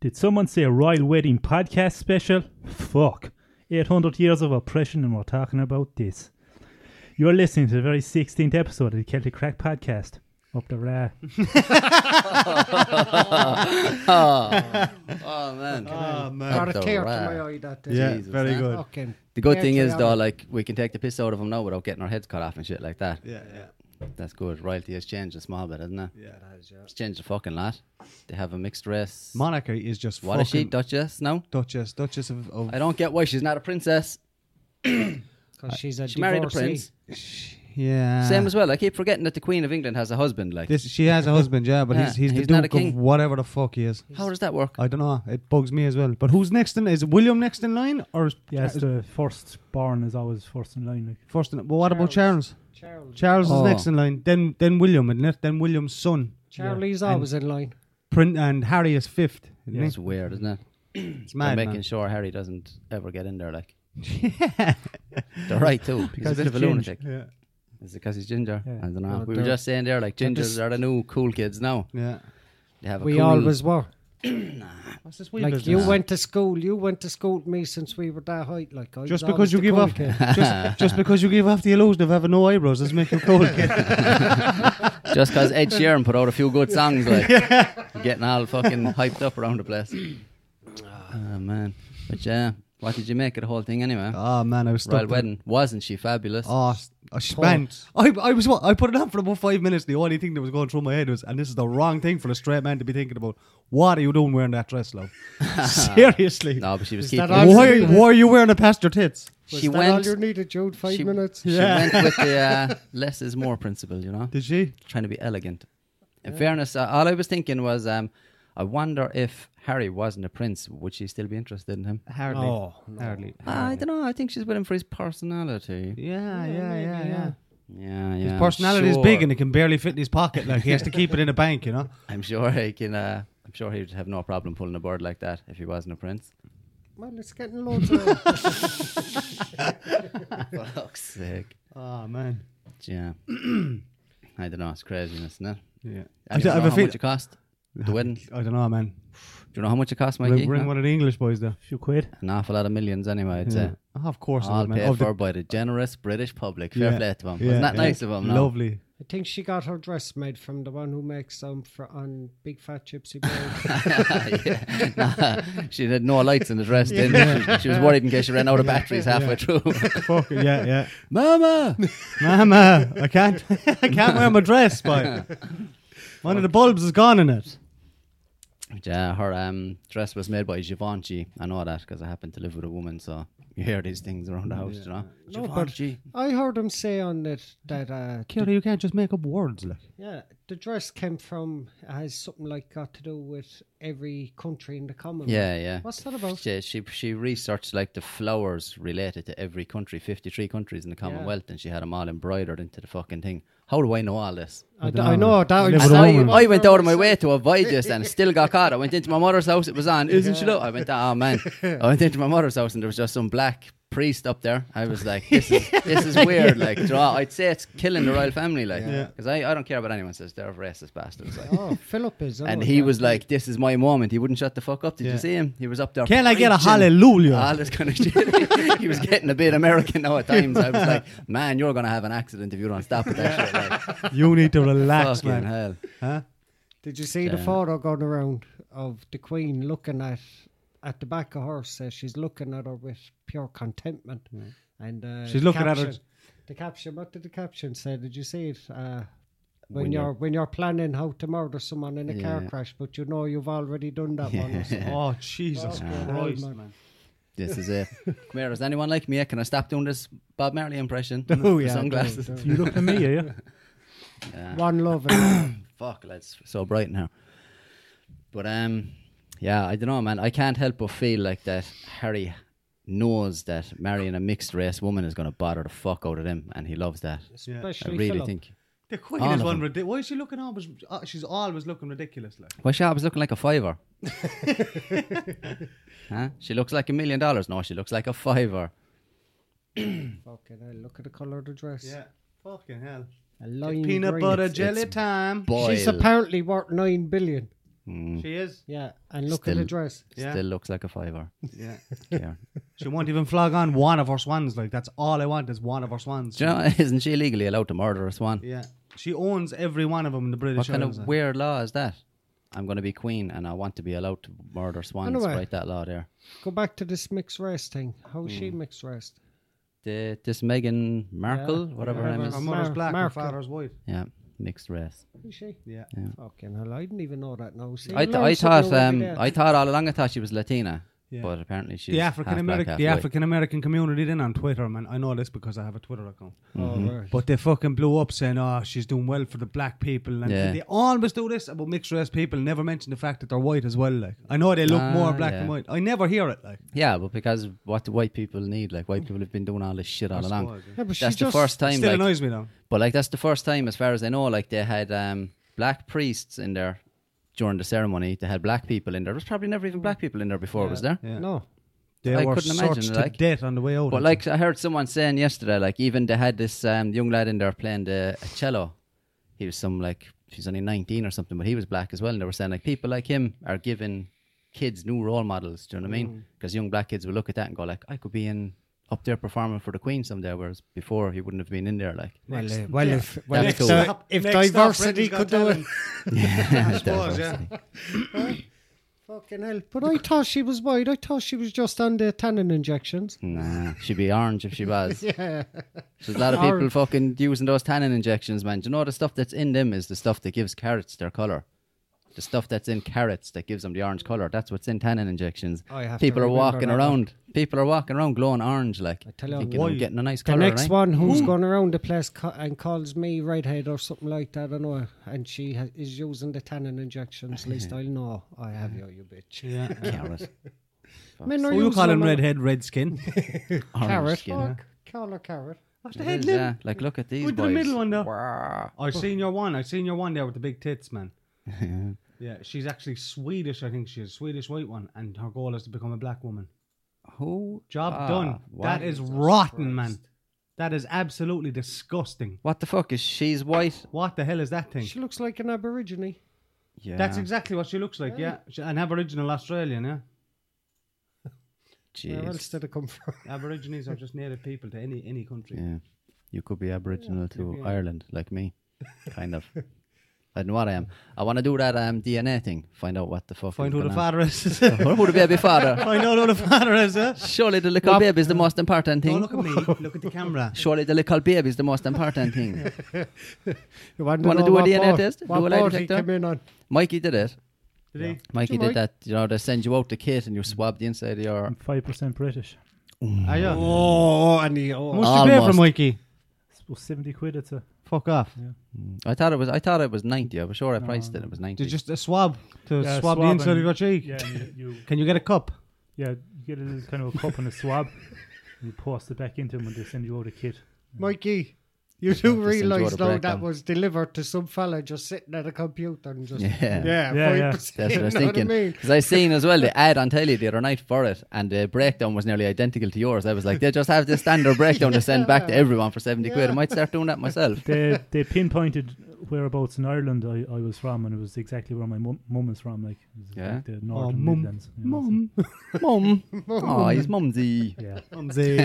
Did someone say Royal Wedding podcast special? Fuck. 800 years of oppression, and we're talking about this. You're listening to the very 16th episode of the Celtic Crack podcast. Up the ra. Oh man. Oh, man. Got a the tear to rat. my eye that day. Yeah, Jesus, very that- good. Fucking The good tear thing to is the though, eye. like we can take the piss out of them now without getting our heads cut off and shit like that. Yeah, yeah, That's good. Royalty has changed a small bit, hasn't it? yeah. It's changed a fucking lot. They have a mixed race. Monarchy is just what is she, fucking Duchess? No, Duchess, Duchess of, of I don't get why she's not a princess. 'Cause she's a She married a divorcee. prince. yeah. Same as well. I keep forgetting that the Queen of England has a husband. Like, Ah. This, she has a husband, yeah, but Yeah, he's he's, he's the not a Duke of king. whatever the fuck he is. how does that work? I don't know. It bugs me as well. But who's next in? Is it William next in line or is Yeah, it's the first born is always first in line. Like. first? In, well, what about Charles? Charles. Charles Oh. is next in line. Then then William and then- then William's son. Charlie's And- always in line. Prin- and Harry is fifth. isn't he? It's weird, isn't it? It's They're mad. making man. sure Harry doesn't ever get in there. Like, they're right too. He's a Because bit of a he's ginger. lunatic. Yeah, Is it because he's ginger? Yeah. I don't know. No, we were they're- just saying there, like I'm gingers just- are the new cool kids now. yeah. They have a We cool, always were. What's this Like you went to school, you went to school with me since we were that height. Like I was Just always because you the give cool off, kid. just, just because you give off the illusion of having no eyebrows, doesn't make you cool. kid. just because Ed Sheeran put out a few good songs, like you're getting all fucking hyped up around the place. Ah. Oh man, but yeah, what did you make of the whole thing anyway? oh man, I was stuck. Royal wedding, wasn't she fabulous? Oh, s- oh, sh- man, I, I was wa- I put it on for about five minutes. The only thing that was going through my head was, and this is the wrong thing for a straight man to be thinking about. What are you doing wearing that dress, love? Seriously, No, but she was Is keeping. it. that all- why, why are you wearing it past your tits? Was She that went- All you needed, Jude. Five she- minutes. She went with the uh, less is more principle, you know. Did she? trying to be elegant. In fairness, uh, all I was thinking was, um, I wonder if Harry wasn't a prince, would she still be interested in him? Hardly. Oh, hardly. I don't know. I think she's with him for his personality. Yeah, yeah, yeah, yeah. Yeah, yeah. His I'm personality is big sure- and it can barely fit in his pocket. Like he has to keep it in a bank, you know. I'm sure he can. Uh, I'm sure he'd have no problem pulling a bird like that if he wasn't a prince. Man, it's getting loads of. Fuck's sake. Oh man. Yeah. I don't know. It's craziness, isn't it? Yeah. And do you know I have a how feel- much it cost? The wedding. Do I don't know, man. you know how much it cost, Mikey? Bring, bring one of the English boys there. Few quid. An awful lot of millions, anyway. I'd say. Oh, of course, it All would, man. paid Of the- for by the generous British public. Fair Yeah, play to him. yeah, Wasn't that yeah. nice of him? No? Lovely. I think she got her dress made from the one who makes them for on Big Fat Gypsy Bird. Yeah. Nah, she had no lights in the dress, didn't she? she? She was worried in case she ran out of batteries halfway through. Fuck it, yeah, yeah. Mama! Mama, I can't, I can't wear my dress, boy. One of the bulbs is gone in it. Yeah, her um, dress was made by Givenchy. I know that because I happen to live with a woman, so you hear these things around the house, you know? No, but- Givenchy. I heard him say on it that uh, Kira, you can't just make up words, like. yeah, the dress came from has something like got to do with every country in the Commonwealth. Yeah, yeah. What's that about? She, she she researched like the flowers related to every country, fifty three countries in the Commonwealth, and she had them all embroidered into the fucking thing. How do I know all this? I, d- I know that. Live was- with And a I, woman. I went out of "Oh, my way to avoid this and still got caught. I went into my mother's house, it was on. Isn't she low? I went, oh man. I went into my mother's house and there was just some black priest up there. I was like, this is, this is weird. Like, do you know, I'd say it's killing the royal family. Like, Yeah. because I, I don't care what anyone says. They're racist bastards. Like. Oh, Philip is. And oh, he yeah. was like, "This is my moment." He wouldn't shut the fuck up. Did Yeah. you see him? He was up there. Can I get a preaching. hallelujah? All this kind of shit. he was getting a bit American now at times. I was like, "Man, you're gonna have an accident if you don't stop with that shit." Like, You need to relax, fucking man. hell. Huh? Did you see the Yeah. photo going around of the Queen looking at at the back of her? Says she's looking at her with pure contentment, and uh, She's the looking at her- caption- The caption. What did the caption say? Did you see it? Uh, when, When you're, you're- when you're planning how to murder someone in a car Yeah. crash, but you know you've already done that one. or something. Oh Jesus Yeah. Christ, Yeah. man! This is it. Come here, is anyone like me? Can I stop doing this Bob Marley impression? Oh, The yeah, sunglasses. You look at me, yeah. yeah. Yeah. One love. and- Fuck, lads, so bright now. But um, yeah, I don't know, man. I can't help but feel like that Harry knows that marrying a mixed race woman is going to bother the fuck out of him, and he loves that. I especially really Philip. think. The queen All is of one. them. Ridi- Why is she looking always? Uh, she's always looking ridiculous, like. Well, she was looking like a fiver. huh? She looks like a million dollars. No, she looks like a fiver. Fucking hell, look at the colour of the dress. Fucking hell. A lime Peanut green. butter Oh, It's- jelly it's time. Boil. She's apparently worth nine billion. She is. Yeah, and look at the Still- dress. Yeah. Still looks like a fiver. Yeah. Yeah. she won't even flog on one of her swans. Like that's all I want is one of her swans. Do you know, isn't she legally allowed to murder a swan? Yeah. She owns every one of them in the British. What kind Isles. of weird law is that? I'm going to be queen and I want to be allowed to murder swans. Anyway. Write that law there. Go back to this mixed race thing. How is she Hmm. mixed race? The, this Meghan Markle, whatever her name Her is. her mother's Mar- black, her Markle. father's white. Yeah, mixed race. Is she? Yeah. Fucking hell, I didn't even know that now. See, I, you th- learn I thought something new every um, day. I thought all along I thought she was Latina, Yeah. but apparently she's The African American, the African American community. Then on Twitter, man, I know this because I have a Twitter account. Mm-hmm. Oh, right. But they fucking blew up saying, "Oh, she's doing well for the black people," and Yeah. they always do this about mixed race people. Never mention the fact that they're white as well. Like I know they look Ah, more black yeah. than white. I never hear it. Like Yeah, but because what the white people need, like white people have been doing all this shit all along. suppose, yeah. Yeah, but she that's the just- first it time. still like, annoys me though. But like that's the first time, as far as I know, like they had um, black priests in there during the ceremony. They had black people in there. There was probably never even black people in there before, was there? Yeah. No. They I were couldn't searched imagine, to like- death on the way out. But like I heard someone saying yesterday, like even they had this um, young lad in there playing the cello. He was some like he's only nineteen or something, but he was black as well. And they were saying like people like him are giving kids new role models. Do you know what I Mm. mean? Because young black kids will look at that and go like, I could be in up there performing for the Queen someday, whereas before he wouldn't have been in there. Like Well, uh, well, Yeah. if, well, Next if, up- di- if Next up, diversity Britain's Got could do it. Talent. I suppose, yeah. Fucking hell. But I thought she was white. I thought she was just on the tannin injections. Nah, she'd be orange if she was. Yeah. There's a lot of people Orange. fucking using those tannin injections, man. Do you know the stuff that's in them is the stuff that gives carrots their color? The stuff that's in carrots that gives them the orange color. That's what's in tannin injections. I have to people are remember walking that around. People are walking around glowing orange, like tell you thinking why. I'm getting a nice The color. next right? one who's Hmm. gone around the place ca- and calls me redhead or something like that, I know, and she ha- is using the tannin injections, least I'll know I have you, you bitch. Yeah. Carrot. Men are Who you using calling them on- redhead, redskin? Orange Carrot. skin. Fuck, Call her carrot. What's It is, yeah. Like look at these Who did the boys. middle one, though? Wah. I seen your one. I seen your one there with the big tits, man. yeah, she's actually Swedish. I think she's Swedish white one, and her goal is to become a black woman. Who? Job Ah, done. what? That is rotten, man. That is absolutely disgusting. What the fuck is she's white? What the hell is that thing? She looks like an aborigine. Yeah. That's exactly what she looks like. Yeah, She- an Aboriginal Australian. Yeah, Where else Jeez. did it come from? Aborigines are just native people to any any country. Yeah. You could be Aboriginal to Ireland, like me. Kind of. I don't know what I am. I want to do that um, DNA thing. Find out what the fuck. Find is who the going on. father is. Who the baby father? Find out who the father is. Yeah? Surely the little baby is the most important Don't thing. look at me. Look at the camera. Surely the little baby is the most important thing. You want Wanna know do a what DNA boat- test? Do What a lie boat he detector? came in on? Mikey did it. Did he? Mikey you, did Mike? that. You know, they send you out the kit and you swab the inside of your. Five percent British. Are you? Oh, and he, oh, Must you pay for Almost. Mikey? I suppose seventy quid. It's a Fuck off. I thought it was. I thought it was ninety. I was sure I priced it. It was ninety. Mm. Did just a swab to Yeah, swab, the swab inside and- of your cheek? yeah. You, you Can you get a cup? yeah. You get a little kind of a cup and a swab. and You pass it back into them when they send you out a kit. Mikey, you do just enjoy realise the though that breakdown. was delivered to some fella just sitting at a computer and just Yeah. yeah, Yeah, yeah. 5%, That's what I was you know thinking. I mean? Because I seen as well the ad on telly the other night for it, and the breakdown was nearly identical to yours. I was like, they just have this standard breakdown to send back to everyone for 70 quid. I might start doing that myself. They they pinpointed whereabouts in Ireland I, I was from, and it was exactly where my mum, mum is from, like, it was Yeah. like the northern mum. Midlands. you know, so- Mum. Oh, he's mumsy. yeah. Mumsy.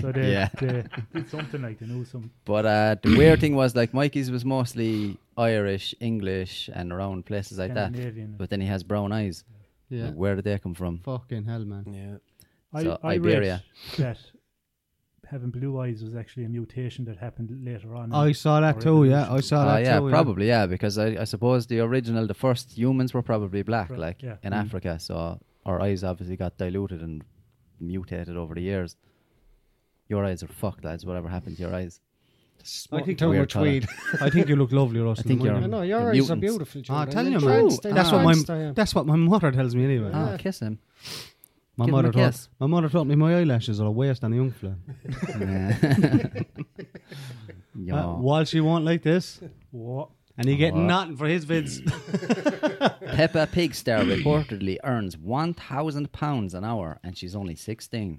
So they, Yeah. they did something like they knew some. But uh, the weird thing was, like, Mikey's was mostly Irish, English, and around places like that. Scandinavian. But then he has brown eyes. yeah. Like, where did they come from? Fucking hell, man. Yeah. I, So, I Iberia. read that having blue eyes was actually a mutation that happened later on. in- I saw that or too. Yeah, evolution. I saw Oh, that yeah, too. probably, yeah, because I, I suppose the original, the first humans were probably black, Right, like yeah. in Africa. So our eyes obviously got diluted and mutated over the years. Your eyes are fucked, lads. Whatever happened to your eyes? Smoking think too we're much colour. weed. I think you look lovely, Ross. think you're- I know your They're eyes are mutants. beautiful. Ah, Jordan. tell you, man. Entranced I am, That's what my entranced I am. that's what my mother tells me anyway. Oh, kiss him. My give him mother a told kiss. my mother told me my eyelashes are a waste on a young fella. Yeah. Oh, Uh, while she won't like this, What? and he getting What? nothing for his vids. Peppa Pig star reportedly earns one thousand pounds an hour, and she's only sixteen.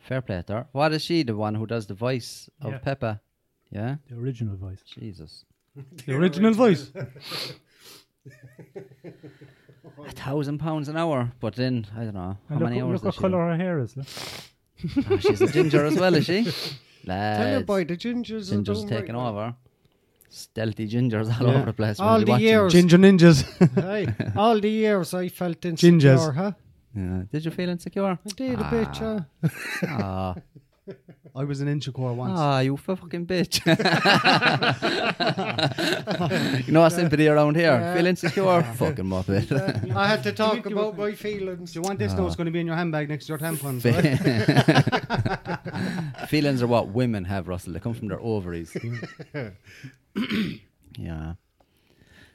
Fair play to her. What is she? The one who does the voice of Mm. Yeah. Peppa? Yeah. The original voice. Jesus. the original voice. a thousand pounds an hour. But then I don't know how And many look, hours. look what does she do? colour her hair is. Look. Ah, she's a ginger as well, is she? Tell your Lads, boy the gingers. will ginger's do 'em taking right. over. Stealthy gingers all Yeah. over the place. when All you the watch them. years. Ginger ninjas. Aye. All the years I felt insecure, Gingers. huh? Yeah. Did you feel insecure? I did a bit, uh, yeah. Ah, I was an Inchicore once. ah you fucking bitch. you know, sympathy around here. Feel insecure? fucking muppet. I had to talk about my feelings. Do you want this? Ah. No, it's going to be in your handbag next to your tampons. right? Feelings are what women have, Russell. They come from their ovaries. yeah.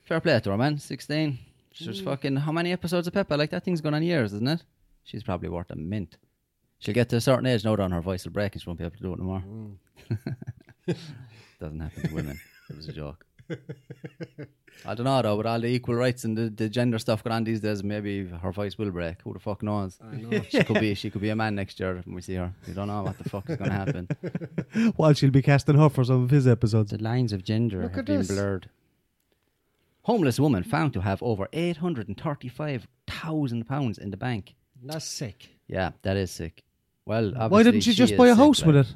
Fair play to her, man. 16. She's fucking. How many episodes of Peppa? Like, that thing's gone on years, isn't it? She's probably worth a mint. She'll get to a certain age now, on her voice will break and she won't be able to do it no more. Doesn't happen to women. it was a joke. I don't know, though, with all the equal rights and the, the gender stuff going on these days, maybe her voice will break. Who the fuck knows? She could be she could be a man next year when we see her. You don't know what the fuck is gonna happen. Well, she'll be casting her for some of his episodes. The lines of gender Look have at been this. blurred. Homeless woman found to have over eight hundred and thirty-five thousand pounds in the bank. That's sick. Yeah, that is sick. Well, obviously Why didn't you just buy a house with it?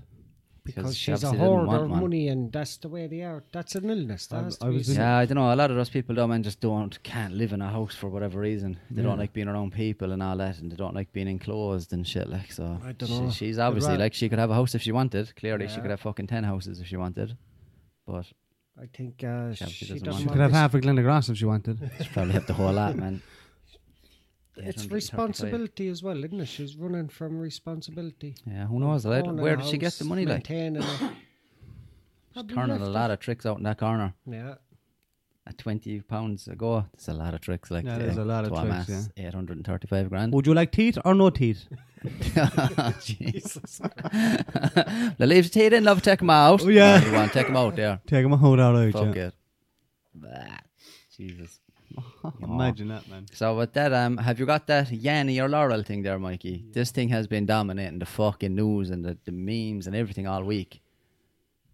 Because she's a hoarder of money, and that's the way they are. That's an illness. That I- has to I be was said. in- Yeah, I don't know. A lot of those people, though, man, just don't can't live in a house for whatever reason. They don't like being around people and all that, and they don't like being enclosed and shit. Like so, I don't she- know. she's obviously rather- like she could have a house if she wanted. Clearly, she Yeah. could have fucking ten houses if she wanted, but I think uh, she she, doesn't want doesn't want it. Could have this. half a Glendegrass if she wanted. she probably have the whole lot, man. It's 835. responsibility as well, isn't it? She's running from responsibility. Yeah, who knows? Right? Owning Where a did she get house, the money? Like Maintaining it. She's Probably turning a left lot of tricks out in that corner. it. Yeah. At twenty pounds ago, there's a lot of tricks. Like Yeah, there's a lot of tricks, Eight hundred and thirty-five grand. Would you like teeth or no teeth? Jesus. the leaves tea in love, take them out. Oh, yeah. You want take them out there. Take them out all right. Fuck yeah. it. Bah. Jesus. Imagine that, man. So with that, um, have you got that Yanni or Laurel thing there, Mikey? This thing has been dominating the fucking news and the, the memes and everything all week.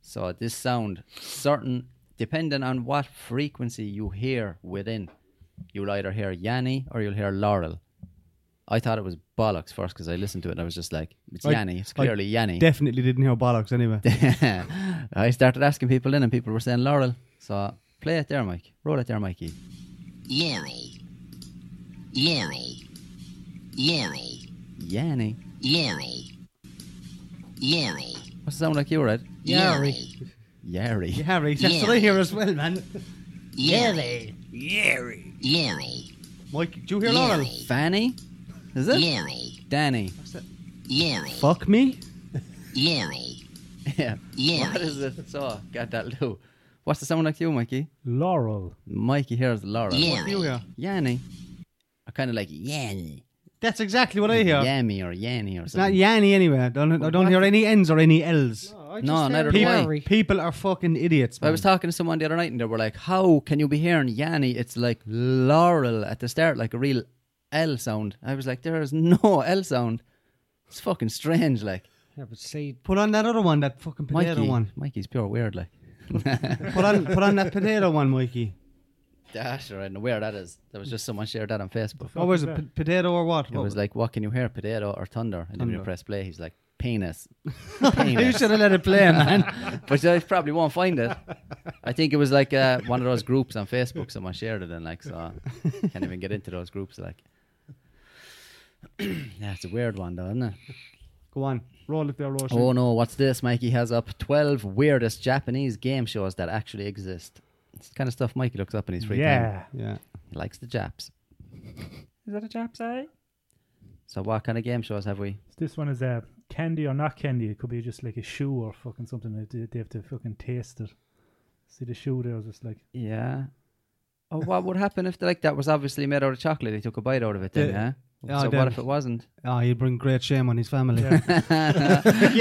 So this sound, certain, depending on what frequency you hear within, you'll either hear Yanni or you'll hear Laurel. I thought it was bollocks first because I listened to it and I was just like, it's I- Yanni. It's I clearly Yanni. Definitely didn't hear bollocks anyway. I started asking people in and people were saying Laurel. So play it there, Mike. Roll it there, Mikey. Laurel. Laurel. Laurel. Yanni. Laurel. Laurel. What's it sound like you, right? Laurel. Yari. Harry, that's what I hear as well, man. Laurel. Laurel. Mike, do you hear Laurel. Laurel? Fanny? Is it? Laurel. Danny. Laurel. Fuck me. Laurel. Yeah. Laurel. What is it? So, got that low. What's the sound like you, Mikey? Laurel. Mikey here's Laura. Laurel. You hear? Yanni. I kind of like Yanni. That's exactly what I hear. Yammy or Yanni or It's not something. Yanny anyway. I don't, I don't hear any N's or any L's. Oh, I No, just neither heard do I. Larry. People are fucking idiots. I was talking to someone the other night and they were like, How can you be hearing Yanni? It's like Laurel at the start, like a real L sound. I was like, There is no L sound. It's fucking strange, like. Yeah, but see, Put on that other one, that fucking potato Mikey, one. Mikey's pure weird, like. Put on, put on that potato one, Mikey. That's right, and where that is. There was just someone shared that on Facebook. Oh, was it p- potato or what? It was like, what can you hear, potato or thunder? And then when you Thunder. press play, he's like, penis. you penis. should have let it play, man. but I probably won't find it. I think it was like uh, one of those groups on Facebook someone shared it in, like, so I can't even get into those groups. Like, yeah, it's a weird one, though, isn't it? Go on, roll it there, Roshan. Oh no, what's this? Mikey has up 12 weirdest Japanese game shows that actually exist. It's the kind of stuff Mikey looks up in his free time. Yeah. Yeah. He likes the Japs. Is that a Japs eye? So, what kind of game shows have we? This one is uh, candy or not candy. It could be just like a shoe or fucking something. that They, they have to fucking taste it. See the shoe there was just like Yeah. Oh, what would happen if like that was obviously made out of chocolate? He took a bite out of it, then, yeah. Yeah. so Oh, what then- if it wasn't? Oh, he'd bring great shame on his family. yeah,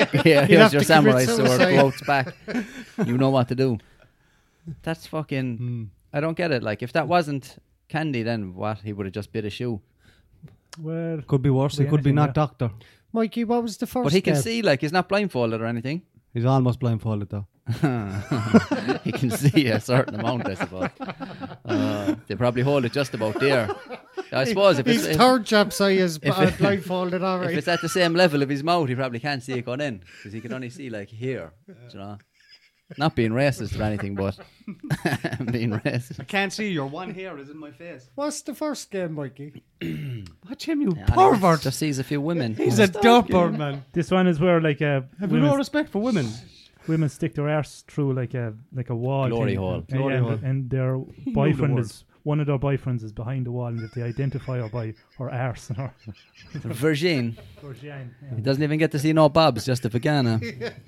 here's have your to commit samurai sword, suicide. quotes back. You know what to do. That's fucking. Hmm. I don't get it. Like, if that wasn't candy, then what? He would have just bit a shoe. well. Could be worse. He Yeah, could be yeah. not doctor. Mikey, what was the first? But he can step? see. Like, he's not blindfolded or anything. He's almost blindfolded though. he can see a certain amount, I suppose. Uh, they probably hold it just about there. I suppose if it's, His if, third job's eye is if uh, it- blindfolded, all if right. it's at the same level of his mouth, he probably can't see it going in because he can only see like here. do You know, not being racist or anything, but being racist. I can't see your one hair is in my face. What's the first game, Mikey? Watch him, you And he pervert. Just sees a few women. He's a dopper, man. This one is where like uh, Have you no women, respect for women? women stick their arse through like a like a wall. Glory thing. hole. And- Glory and, hole. and their the boyfriend word. is one of their boyfriends is behind the wall, and if they identify her by her arse and her, Virgin. her vagina, He doesn't even get to see no bobs, just a vagina,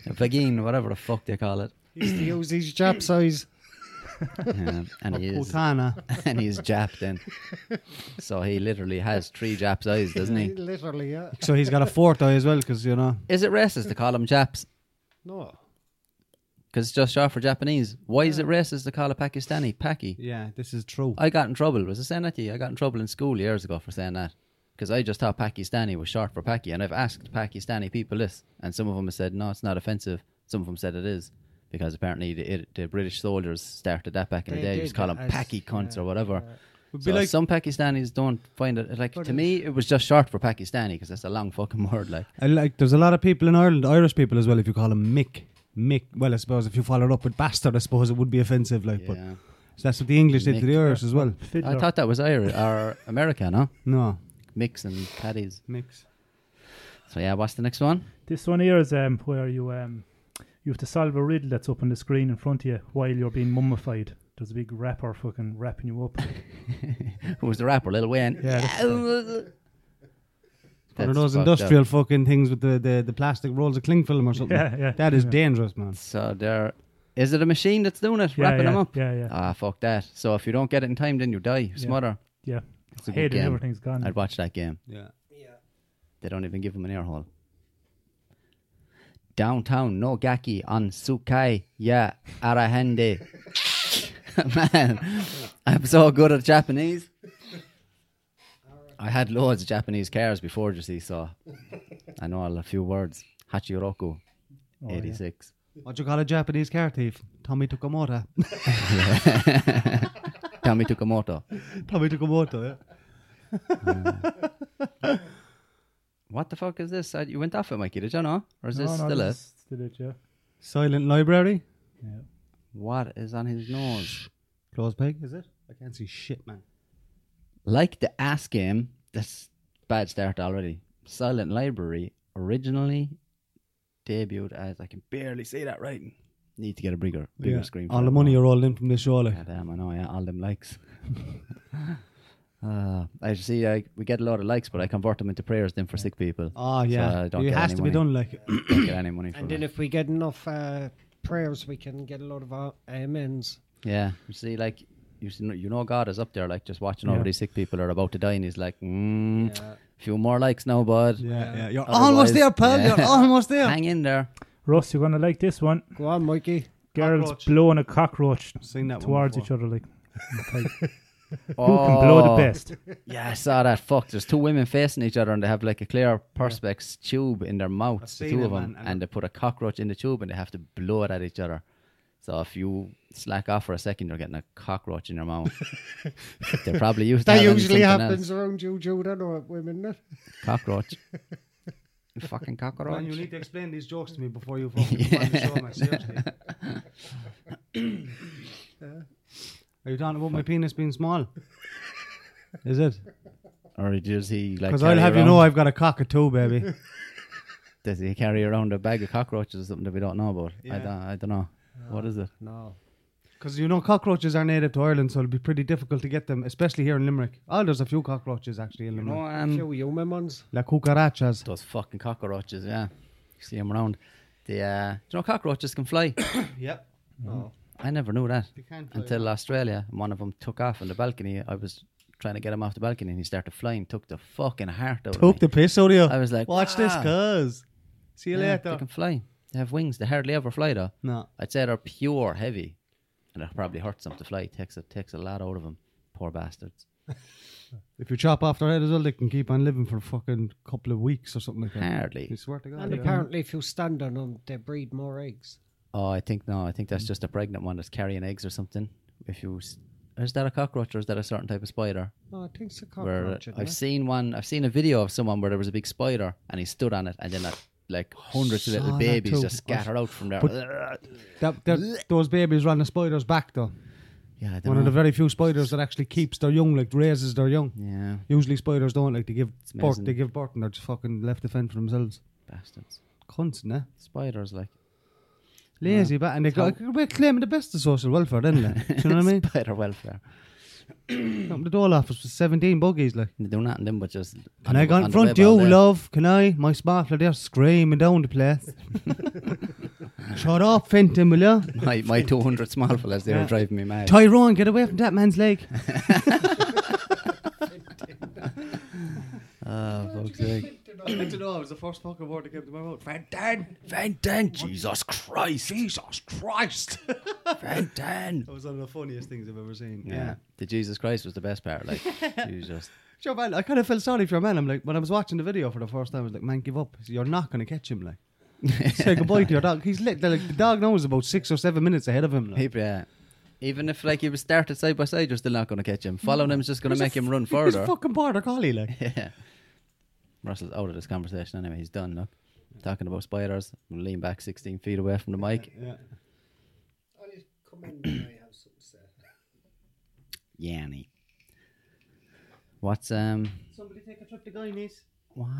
a vagine, whatever the fuck they call it. He's to use his job size. Yeah, Um, and he is, Putana. and he's Jap then. So he literally has three Japs eyes, doesn't he? Literally, yeah. So he's got a fourth eye as well, because you know. Is it racist to call them Japs? No. Because it's just short for Japanese. Why is it racist to call a Pakistani Paki? Yeah, this is true. I got in trouble. Was I saying that to you? I got in trouble in school years ago for saying that. Because I just thought Pakistani was short for Paki. And I've asked Pakistani people this. And some of them have said, no, it's not offensive. Some of them said it is. Because apparently the, it, the British soldiers started that back in the They day. You did just call them that as- Paki cunts or whatever. Would be So like some Pakistanis don't find it. Like, to it- me, it was just short for Pakistani because that's a long fucking word. Like, I like there's a lot of people in Ireland, Irish people as well. If you call them Mick, Mick. Well, I suppose if you follow it up with bastard, I suppose it would be offensive. Like, but yeah. so that's what the English did to Mick. the Irish as well. I fiddler. thought that was Irish or American, huh? No, Mix and caddies. mix. So, yeah, what's the next one? This one here is um, where you um, you have to solve a riddle that's up on the screen in front of you while you're being mummified. There's a big rapper fucking wrapping you up. Who was the rapper? Lil Wayne. Yeah, that's One of That's those fucked up. industrial fucking things with the, the, the plastic rolls of cling film or something. Yeah, yeah, That is yeah. dangerous, man. So there is it a machine that's doing it, yeah, wrapping yeah, them up. Yeah, yeah, Ah, fuck that. So if you don't get it in time, then you die, smother. yeah. Mm. It's a good Head and game. everything's gone. I'd watch that game. Yeah. They don't even give him an air hole. Downtown Nogaki on Sukai Ya Arahende. Man, I'm so good at Japanese. I had loads of Japanese cars before, you see, so I know a few words. Oh, Hachiroku, 86. What you call a Japanese car thief? Tommy Tukamoto. Tommy Tukamoto. Tommy Tukamoto, yeah. What the fuck is this? Uh, You went off it, Mikey, did you know? Or is No, this no, still this it? is Still it, yeah. Silent Library. What is on his nose? Close peg, is it? I can't see shit, man. Like the ass game, that's bad start already. Silent Library originally debuted as I can barely see that writing. Need to get a bigger, bigger Yeah. screen. for All that the one. money you're all in from this show, like. Yeah, damn, I know, yeah, all them likes. uh, I see, I, we get a lot of likes, but I convert them into prayers then for sick people. Oh, So I yeah. don't it get has any to money. be done, like. Don't get any money from And then it. if we get enough uh, prayers, we can get a lot of uh, amens. Yeah, you see, like you s- you know, God is up there, like just watching Yeah. over these sick people are about to die, and he's like, mm, few more likes now, bud. Yeah, yeah. You're Otherwise- almost there, pal. Yeah. You're almost there. Hang in there. Russ, you're gonna like this one. Go on, Mikey. Girls Cockroach. blowing a cockroach Seen that one towards before. each other, like, like, who can blow Oh, the best? Yeah, I saw that. Fuck, there's two women facing each other, and they have like a clear perspex tube in their mouths, the seen two it, of them, man, and, and- they put a cockroach in the tube, and they have to blow it at each other. So if you slack off for a second, you're getting a cockroach in your mouth. They're probably used to That having usually something happens Else. around you, Judah, or women. no? Mm. Cockroach. Fucking cockroach. Man, you need to explain these jokes to me before you fucking come on the show, man. Seriously. Are you talking about my penis being small? Is it? Or does he like? Because I'll carry have you around- know I've got a cockatoo, baby. Does he carry around a bag of cockroaches or something that we don't know about? I Yeah. Uh, don't. I don't know. What is it? No. Because you know cockroaches are native to Ireland, so it'll be pretty difficult to get them, especially here in Limerick. Oh, there's a few cockroaches actually in Limerick. No, A um, few human ones. La cucarachas. those fucking cockroaches. Yeah, you see them around. The uh, do you know cockroaches can fly. Yep. Mm-hmm. Oh, No. I never knew that They can fly. until Australia. And one of them took off on the balcony. I was trying to get him off the balcony, and he started flying. Took the fucking heart out. Took of me. the piss out of you. I was like, watch this, "Ah." cuz. See you Yeah, They later. can fly. They have wings. They hardly ever fly though. No. I'd say they're pure heavy, and it probably hurts them to fly. Takes it takes a lot out of them. Poor bastards. If you chop off their head as well, they can keep on living for a fucking couple of weeks or something like that. Hardly. You swear to God. And yeah. apparently, if you stand on them, they breed more eggs. Oh, I think no. I think that's just a pregnant one that's carrying eggs or something. If you, s- Is that a cockroach or is that a certain type of spider? No, I think it's a Oh, where uh, cockroach. isn't I've it? seen one. I've seen a video of someone where there was a big spider and he stood on it, and then like, like hundreds of saw little that babies too. just scatter out from there. That, that, those babies run the spider's back, though. yeah, I don't One of know. the very few spiders that actually keeps their young, like raises their young. yeah, Usually spiders don't like they give birth. amazing. They give birth and they're just fucking left to fend for themselves. bastards, Cunts, nah. spiders like Lazy, but and they go, we're claiming the best of social welfare, didn't they? Do you know what I mean? spider welfare. Come to the door office with seventeen buggies, like. They do nothing then but just. Can I go in front you, love? Can I? My sparkler there screaming down the place. Shut up, Fenton, will you? My, my two hundred small fellas, they were driving me mad. Tyrone, get away from that man's leg. Ah, oh, fuck's sake. I don't know, oh, it was the first fucking word that came to my mouth. Fenton! Fenton, Jesus Christ, Jesus Christ! that Fenton. was one of the funniest things I've ever seen. Yeah. the Jesus Christ was the best part. Like, he was just Sure, man, I kind of felt sorry for your man. I'm like, when I was watching the video for the first time, I was like, man, give up. You're not going to catch him, like. Say goodbye to your dog. He's lit. Like, the dog knows about six or seven minutes ahead of him. Like. He- yeah. Even if like he was started side by side, you're still not going to catch him. Following him's just going to He's a make him f- run He's a further. fucking border collie, like. yeah. Russell's out of this conversation anyway. He's done. Look, talking about spiders. I'm lean back 16 feet away from the mic. yeah. I'll come in when I have something to say. Yanny. What's um? Somebody take a trip to Guineas. What?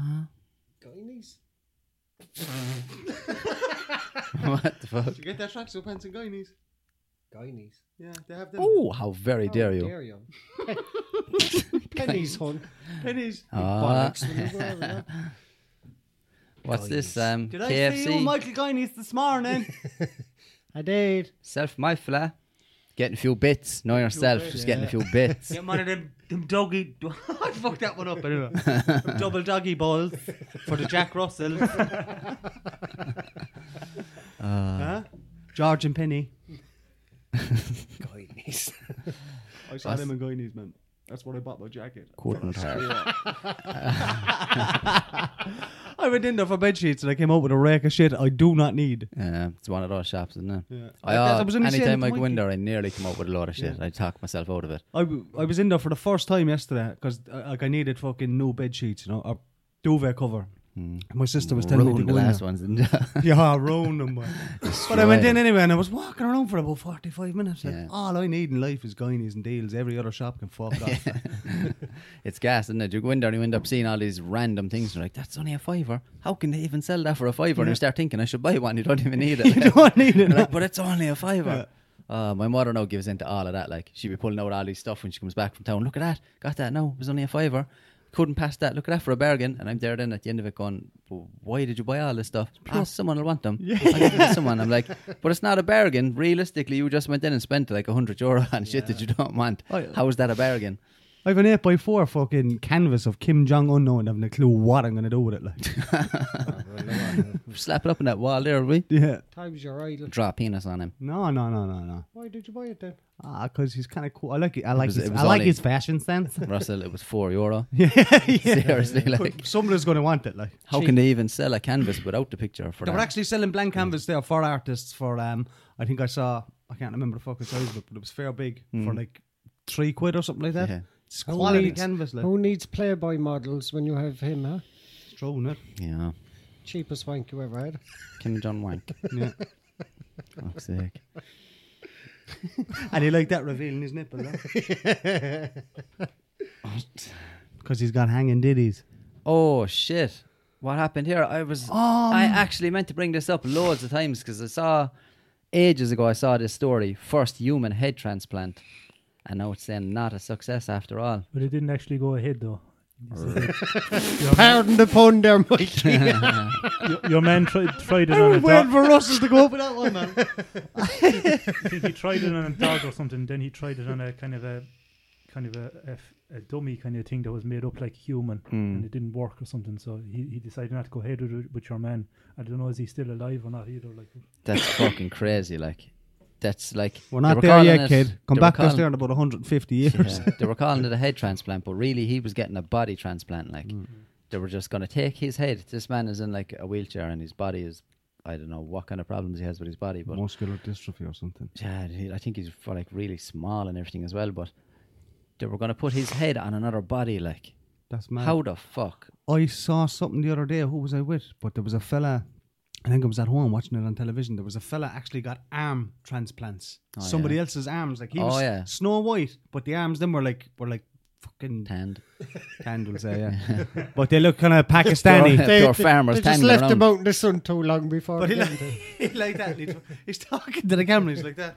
Guineas? what the fuck? you get their tracksuit pants in Guineas? Guineas. Yeah, they have them. Oh, how very dare you! Dare you? Pennies, hon. pennies. Ah. Bollocks, when you go over there. What's this um? Oh, Did I see you, KFC Michael Guineas, this morning? I did. self my fla. Getting a few bits, know yourself. bits, Just getting a few bits. Get one of them, them doggy. I fucked that one up anyway. Them double doggy balls for the Jack Russell. huh? George and Penny. Guineas. I saw them in Guineas, man. That's what I bought my jacket. Couldn't hurt. I went in there for bed sheets and I came out with a rack of shit I do not need. Yeah, it's one of those shops, isn't it? Yeah. I, I- I uh, was only saying anytime it I to go in Mikey. there, I nearly come up with a lot of shit. I talk myself out of it. I, w- I was in there for the first time yesterday because like I needed fucking new bed sheets, you know, or duvet cover. My sister was telling me to Ruined the go in last there. ones, didn't I? Yeah, I ruined them. But, but I went in anyway and I was walking around for about 45 minutes. Like, Yeah. All I need in life is guineas and deals. Every other shop can fuck off. it's gas, isn't it? You go in there and you end up seeing all these random things. You're like, that's only a fiver. How can they even sell that for a fiver? And you start thinking, I should buy one. You don't even need it. you don't need it. You're like, but it's only a fiver. Uh, my mother now gives into all of that. Like she be pulling out all these stuff when she comes back from town. Look at that, got that. No, it was only a fiver. Couldn't pass that. Look at that for a bargain. And I'm there then at the end of it going, "Well, why did you buy all this stuff? Ah, someone will want them. I'll give it to someone. I'm like, but it's not a bargain. Realistically, you just went in and spent like a hundred euro on shit that you don't want. Oh, yeah. How is that a bargain? I have an 8x4 fucking canvas of Kim Jong Un now and having a clue what I'm going to do with it. Like, Slap it up in that wall there, will we? yeah. Times your idle. Draw a penis on him. No, no, no, no, no. Why did you buy it then? Ah, because he's kind of cool. I like it. I like was- his, it was I like Ollie. his fashion sense. Russell, it was four euro. yeah, Seriously, like, Somebody's going to want it. Like, how can they even sell a canvas without the picture for They were that? actually selling blank canvas there for artists for um I think I saw I can't remember the fucking size of it, but it was fair big for like three quid or something like that. Yeah. It's quality needs- canvas like Who needs playboy models when you have him, huh? it's true, isn't it? yeah. Cheapest wank you ever had. Kim Jong Wank. Yeah. Fuck's sake. and he liked that revealing his nipple Because he's got hanging ditties. Oh shit! What happened here? I was Um, I actually meant to bring this up loads of times because I saw ages ago. I saw this story: first human head transplant, and now it's saying not a success after all. But it didn't actually go ahead, though. Pardon the pun there, Mikey. Your- Your man tried, tried it on a Wait dog. for Russell to go up with that one, man. I think he tried it on a dog or something. Then he tried it on a kind of a kind of a, a f- a dummy kind of thing that was made up like human, and it didn't work or something. So he, he decided not to go ahead with, it with your man. I don't know is he still alive or not either. Like That's fucking crazy. Like that's like We're they not were there calling yet, it- kid. Come they were back to us calling- there in about 150 years. Yeah, they were calling it a head transplant, but really he was getting a body transplant. Like they were just going to take his head. This man is in like a wheelchair and his body is I don't know what kind of problems he has with his body, but Muscular dystrophy or something. yeah, he, I think he's for like really small and everything as well. But they were going to put his head on another body. Like, That's mad. how the fuck? I saw something the other day. Who was I with? But there was a fella. I think I was at home watching it on television. There was a fella actually got arm transplants. Somebody else's arms, like he Oh, was yeah. Snow White, but the arms then were like were like fucking Tanned. candles. there, yeah, but they look kind of Pakistani. Pure farmers They just tangling left around. them out in the sun too long before. but he they like, got them. he like that. He's, he's talking to the camera. He's like that.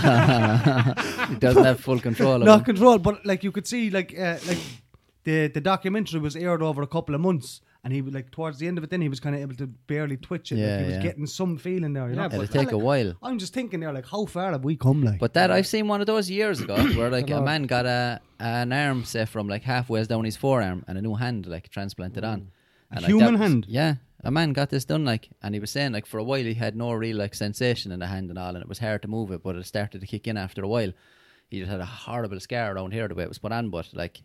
He doesn't have full control of Not him. control, but like you could see, like uh, like the the documentary was aired over a couple of months, and he was like towards the end of it, then he was kind of able to barely twitch it. like, Yeah, he was yeah. getting some feeling there. You know? Yeah, but It'll take like, a while. I'm just thinking there, like how far have we come? Like, But that I've seen one of those years ago where like a Hello. man got a an arm say from like halfway down his forearm and a new hand like transplanted on. And, like, human that was- hand? Yeah. A man got this done like and he was saying like for a while he had no real like sensation in the hand and all and it was hard to move it but it started to kick in after a while. He just had a horrible scar around here the way it was put on but like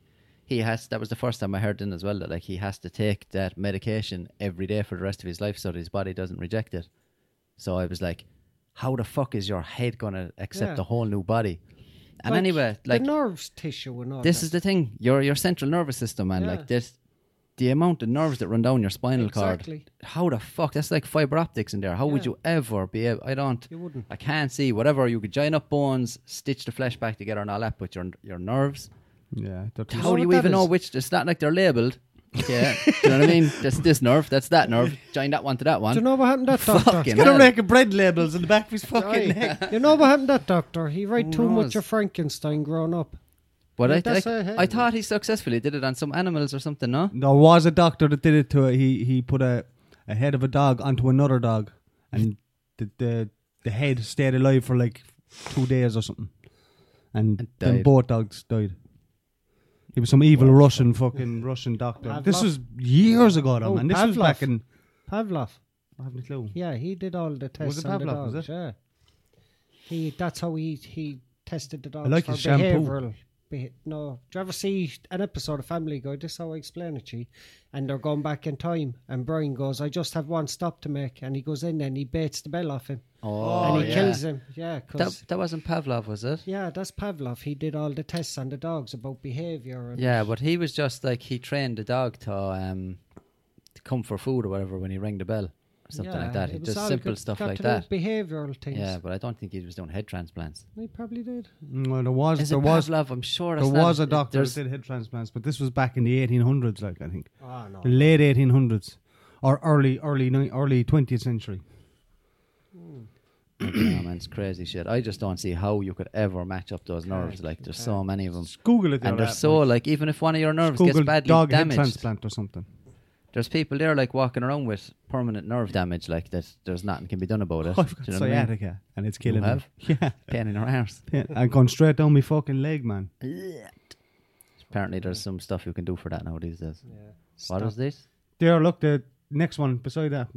he has that was the first time I heard in as well that like he has to take that medication every day for the rest of his life so that his body doesn't reject it. So I was like, how the fuck is your head going to accept Yeah. a whole new body? And Like, anyway, like the nerves tissue and all. this that. is the thing, your your central nervous system, man. Yeah. Like this, the amount of nerves that run down your spinal Exactly. cord. How the fuck? That's like fiber optics in there. How would you ever be? Able, I don't. You wouldn't. I can't see whatever. You could join up bones, stitch the flesh back together, and all that. But your your nerves. yeah, How know do what you that even know is? which? It's not like they're labeled. Yeah, do you know what I mean? That's this nerve. That's that nerve. Join that one to that one. Do you know what happened to that doctor? Fucking got a hell. rack of bread labels in the back of his fucking Aye. neck. you know what happened to that doctor? He read Who too knows? much of Frankenstein growing up. But Yeah, I, that's I- a hell. I thought he successfully did it on some animals or something, no? There was a doctor that did it to it. He he put a, a head of a dog onto another dog, and the the, the head stayed alive for like two days or something, and, And then died. both dogs died. He was some evil Russian fucking Russian doctor. This Pavlov? was years ago, though, Oh, man. This was Pavlov. back in. Pavlov. I haven't a clue. Yeah, he did all the tests. it on the Pavlov, was dogs, it? Yeah. He. That's how he he tested the dogs like for his shampoo. behavioural. Be, no, do you ever see an episode of Family Guy? This is how I explain it, to you. And they're going back in time, and Brian goes, "I just have one stop to make," and he goes in and he baits the bell off him, Oh, and he kills him. Yeah, 'cause- That, that wasn't Pavlov, was it? yeah, that's Pavlov. He did all the tests on the dogs about behaviour and Yeah, but he was just like he trained the dog to um to come for food or whatever when he rang the bell or something like that. it He was just all simple good- stuff got like to do that. with Behavioral things. Yeah, but I don't think he was doing head transplants. They probably did. No, Mm, there was Is there it was Pavlov? I'm sure there that's not- was a it- doctor that there's- did head transplants, but this was back in the 1800s, like I think, Oh no. The late 1800s or early early ni- early 20th century. Yeah, Oh, man, it's crazy shit. I just don't see how you could ever match up those nerves. Like, there's so many of them. Google it. And they're they're so like, even if one of your nerves Google gets badly dog damaged, head transplant or something. there's people there like walking around with permanent nerve damage like that there's nothing can be done about it. Oh, I've got Do you know what I mean? sciatica and it's killing have? me. Yeah. Pain in her arse. yeah, I'm going straight down my fucking leg, man. Apparently there's some stuff you can do for that now these days. What is this? There, look, the next one beside that,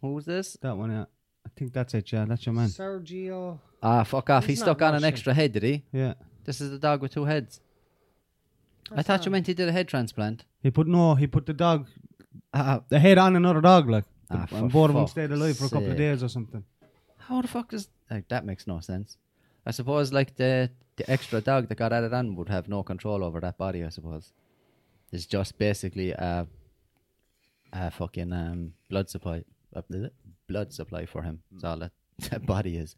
Who's this? that one. Yeah, I think that's it. Yeah, that's your man. Sergio. Ah, fuck off. He He's not stuck on an Russian. extra head, did he? Yeah, This is the dog with two heads. I thought you meant he did a head transplant. he put no, he put the dog, uh, the head on another dog, like, Ah, for and both of them fuck's stayed alive for a couple sake. of days or something. How the fuck does like that makes no sense? I suppose like the the extra dog that got added on would have no control over that body. I suppose it's just basically a a fucking um, blood supply a bl- blood supply for him. That's all that, that body is.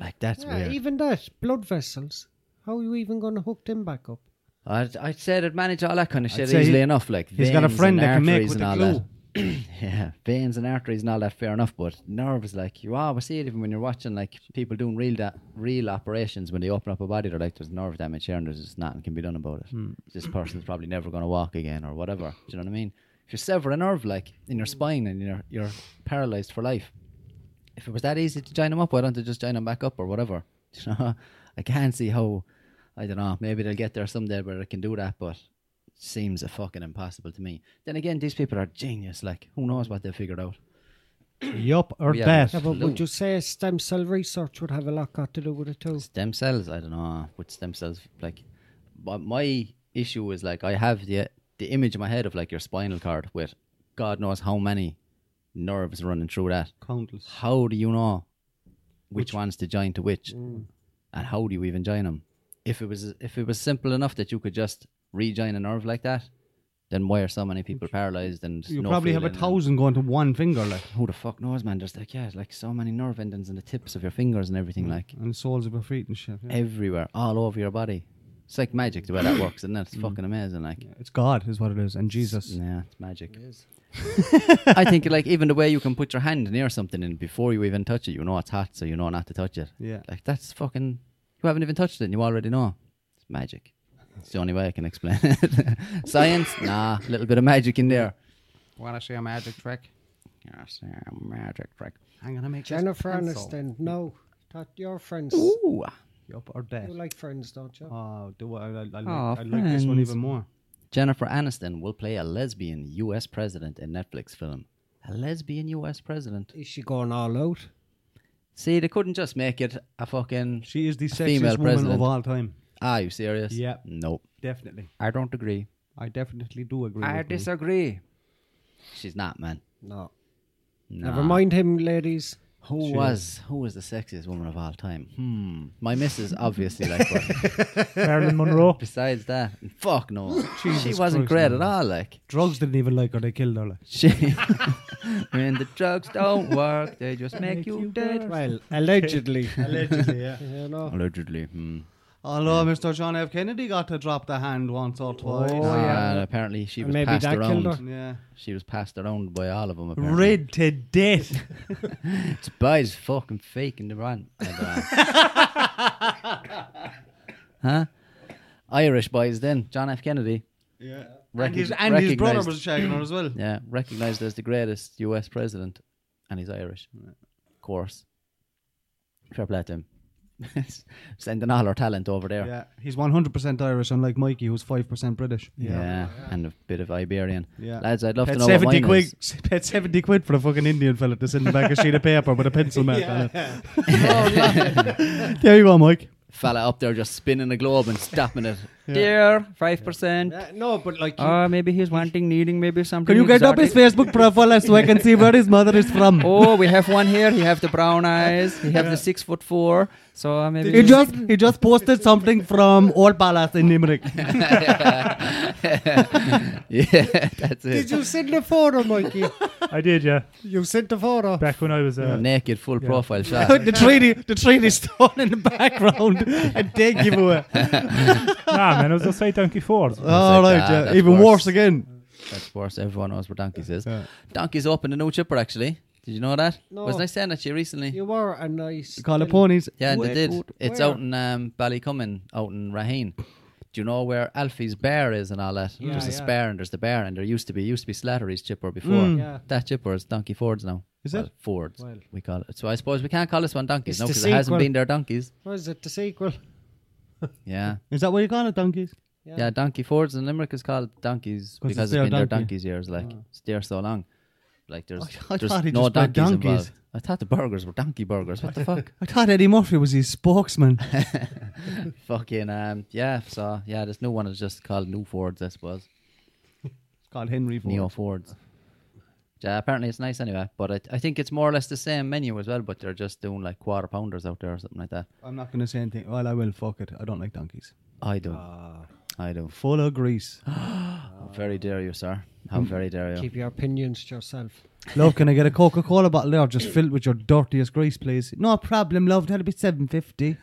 Like that's Yeah, weird. even that blood vessels. How are you even going to hook them back up? I'd, I'd say they'd manage all that kind of shit say easily he- enough. Like he's got a veins friend and that can make arteries with and the all that. yeah, veins and arteries and all that. Fair enough, but nerves like you always see it even when you're watching like people doing real da- real operations when they open up a body. They're like, there's nerve damage here and there's just nothing can be done about Hmm. it. This person's probably never going to walk again or whatever. Do you know what I mean? If you sever a nerve like in your spine and you're you're paralyzed for life, if it was that easy to join them up, why don't they just join them back up or whatever? You know, I can't see how. I don't know. Maybe they'll get there someday where they can do that, but seems a fucking impossible to me. Then again, these people are genius. Like, who knows what they figured out? Yup, or We haven't- that. Yeah, but Hello. would you say stem cell research would have a lot got to do with it too? Stem cells. I don't know with stem cells. Like, but my issue is like I have the the image in my head of like your spinal cord with God knows how many nerves running through that. Countless. How do you know which, one's to join to which, Mm. and how do you even join them? If it was if it was simple enough that you could just rejoin a nerve like that, then why are so many people paralyzed and You no probably have a feeling and- thousand going to one finger, like, who the fuck knows, man? There's like yeah, like so many nerve endings in the tips of your fingers and everything, like and the soles of your feet and shit. yeah. everywhere, all over your body. It's like magic the way that works, and Mm. that's fucking amazing. Like, It's God, is what it is, and Jesus. yeah, it's magic. I think like even the way you can put your hand near something and before you even touch it, you know it's hot, so you know not to touch it. Yeah. like that's fucking. You haven't even touched it, and you already know. It's magic. It's the only way I can explain it. Science, nah, a little bit of magic in there. Wanna see a magic trick? Yes, yeah, magic trick. I'm gonna make Jennifer this pencil. Aniston. No, not your friends. Ooh, Yup, or You dead. like friends, don't you? Oh, do I, I, I, like, Aw, I like this one friends. even more. Jennifer Aniston will play a lesbian U.S. president in Netflix film. A lesbian U.S. president. Is she going all out? See, they couldn't just make it a fucking. She is the sexiest female woman president. of all time. Ah, you serious? Yeah. Nope. Definitely. I don't agree. I definitely do agree. with you. disagree. She's not, man. No. Nah. Never mind him, ladies. Who was who was the sexiest woman of all time? Hmm. My missus, obviously. Like, but Marilyn Monroe. besides that, fuck no. she Jesus wasn't Christ, great man. at all. Like Drugs didn't even like her, they killed her. Like. she. when the drugs don't work, they just make, you, dead. Well, allegedly. Allegedly, yeah. you know. Allegedly. Hmm. Although Mr. John F. Kennedy got to drop the hand once or twice. Oh, yeah. And Uh, apparently she And was maybe passed that killed around. her. Yeah. She was passed around by all of them. Apparently. Red to death. It's by his fucking fake in the run. huh? Irish boys then. John F. Kennedy. Yeah. Recog- and his, and his brother recognised- was shagging her as well. Yeah, recognised as the greatest US president. And he's Irish. Of course. Fair play to him. Sending all our talent over there. Yeah, he's 100% Irish, unlike Mikey, who's 5% British. Yeah, and a bit of Iberian. Yeah. Lads, I'd love Paid to know what 70 mine quid, is. paid 70 quid for a fucking Indian fella to send him back a sheet of paper with a pencil mark on it. Oh, there you go, Mike. Fella up there just spinning a globe and stopping it. Dear, 5%. Yeah, no, but like, Oh, maybe he's wanting, needing, maybe something. Can you get up exotic. his Facebook profile so I can see where his mother is from? Oh, we have one here. He have the brown eyes. He have the six foot four. So uh, maybe He just he just posted something from Old Palace in Limerick. yeah, that's did it. you send the photo, Mikey? I did, yeah. you sent the photo. Back when I was uh, Naked, full profile shot. the treaty the treaty stone in the background. A dead giveaway. nah, man, I was outside Donkey Ford. All like, right, ah, yeah. that's even worse. worse again. That's worse. Everyone knows where Donkey's is. Donkey's opened a new chipper actually. Did you know that? No. Wasn't I saying that to you recently? You were a nice. Call it little- ponies. yeah, and they did. It's Where? out in um, Ballycummin, out in Raheen. Do you know where Alfie's bar is and all that? Yeah, there's a yeah. spare and there's the bar and there used to be used to be Slattery's chipper before. Mm. Yeah. That chipper is Donkey Ford's now. Is Well, it? Ford's? Well. We call it. So I suppose we can't call this one donkeys It's no, the because it hasn't sequel. been there donkeys. Was it the sequel? Yeah. Is that what you call it, donkeys? Yeah, Donkey Fords in Limerick is called Donkeys it's because it's their been there donkey. Oh. donkeys years. Like it's there so long. Like there's, I there's thought he no just bred donkeys, donkeys. involved. I thought the burgers were donkey burgers. What the fuck? I thought Eddie Murphy was his spokesman. Fucking um, yeah. So yeah, this new one is just called New Fords, I suppose. called Henry Ford. Neo Fords. Yeah, apparently it's nice anyway. But I, I think it's more or less the same menu as well. But they're just doing like quarter pounders out there or something like that. I'm not going to say anything. Well, I will. Fuck it. I don't like donkeys. I do. Ah. I do. Full of grease. How very dare you, sir? How very dare you? Keep your opinions to yourself. love, can I get a Coca Cola bottle there just filled with your dirtiest grease, please? No problem, love. That'll be seven fifty.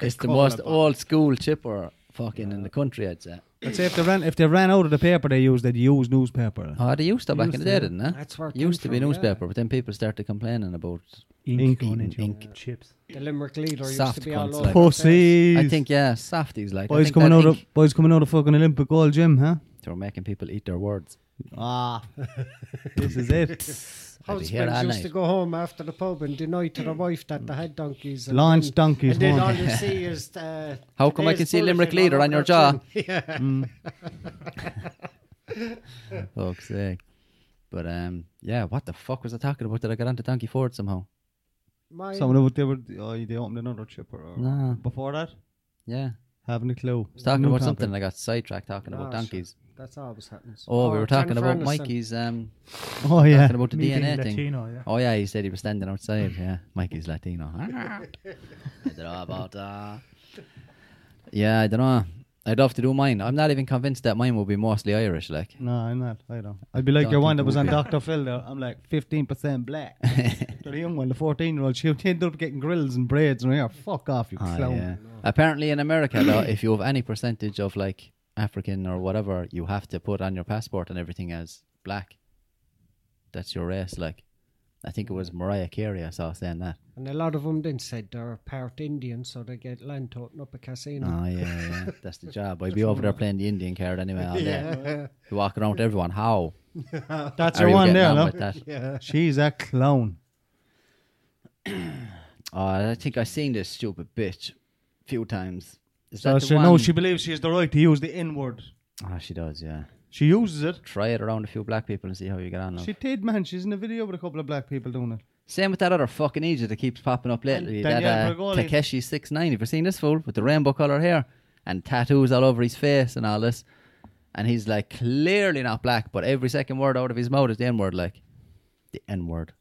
It's the most old school chipper fucking in the country, I'd say. Let's say if they ran if they ran out of the paper they used, they'd use newspaper. Oh, they used to back in the day, didn't they? That's where it came used to be from, newspaper, but then people started complaining about. Ink, Ink. going into Ink. your chips. The Limerick leader used Soft to be all cunts, over. like. the place. Pussies. I think yeah, softies like. I boys think coming I out of think boys coming out of fucking Olympic gold gym, huh? They were making people eat their words. Ah, this is it. I'd be here all Husbands used night. to go home after the pub and deny to their wife that they had donkeys. And Launch then- donkeys And then one. all you see is. Uh, How come I can today's see Limerick bulletin all leader on over your the jaw? tin. Yeah. Fuck's sake! But um, yeah, what the fuck was I talking about? Did I get onto Donkey Ford somehow? Mine- Someone over they were oh, they opened another chipper. Or No. Before that, Yeah. Haven't a clue. Talking New about topic. something, I got sidetracked talking about Ah, donkeys. shit. That's always happens. Oh, we Oh, were talking Jennifer about Aniston. Mikey's. Um, Oh yeah. talking about the Me being DNA thing. Latino, yeah. Oh yeah, he said he was standing outside. Yeah, Mikey's Latino. I don't know about that. Yeah, I don't know. I'd love to do mine. I'm not even convinced that mine will be mostly Irish. Like, No, I'm not. I don't. I'd be like Don't your one think that it was would on be. Dr. Phil. There. I'm like 15% black. the young one, the 14 year old, she would end up getting grills and braids and hair. Fuck off, you Ah, clown. yeah. Apparently, in America, though, if you have any percentage of like African or whatever, you have to put on your passport and everything as black. That's your race. Like, I think it was Mariah Carey I saw saying that. And a lot of them then said they're part Indian, so they get land to open up a casino. Oh yeah, yeah. That's the job. I'd be over there playing the Indian card anyway all day. Be Walking around with everyone. How? That's Are your you one getting there, on no? with that? She's a clown. Oh, I think i seen this stupid bitch a few times. Is So that the she, one? no, she believes she has the right to use the N word. Oh, she does, yeah. She uses it. Try it around a few black people and see how you get on. love. She did, man. She's in a video with a couple of black people doing it. Same with that other fucking idiot that keeps popping up lately. Daniel that uh, Bregoli. Takeshi six nine. Have you seen this fool with the rainbow colour hair and tattoos all over his face and all this? And he's like clearly not black, but every second word out of his mouth is the N word. Like the N word.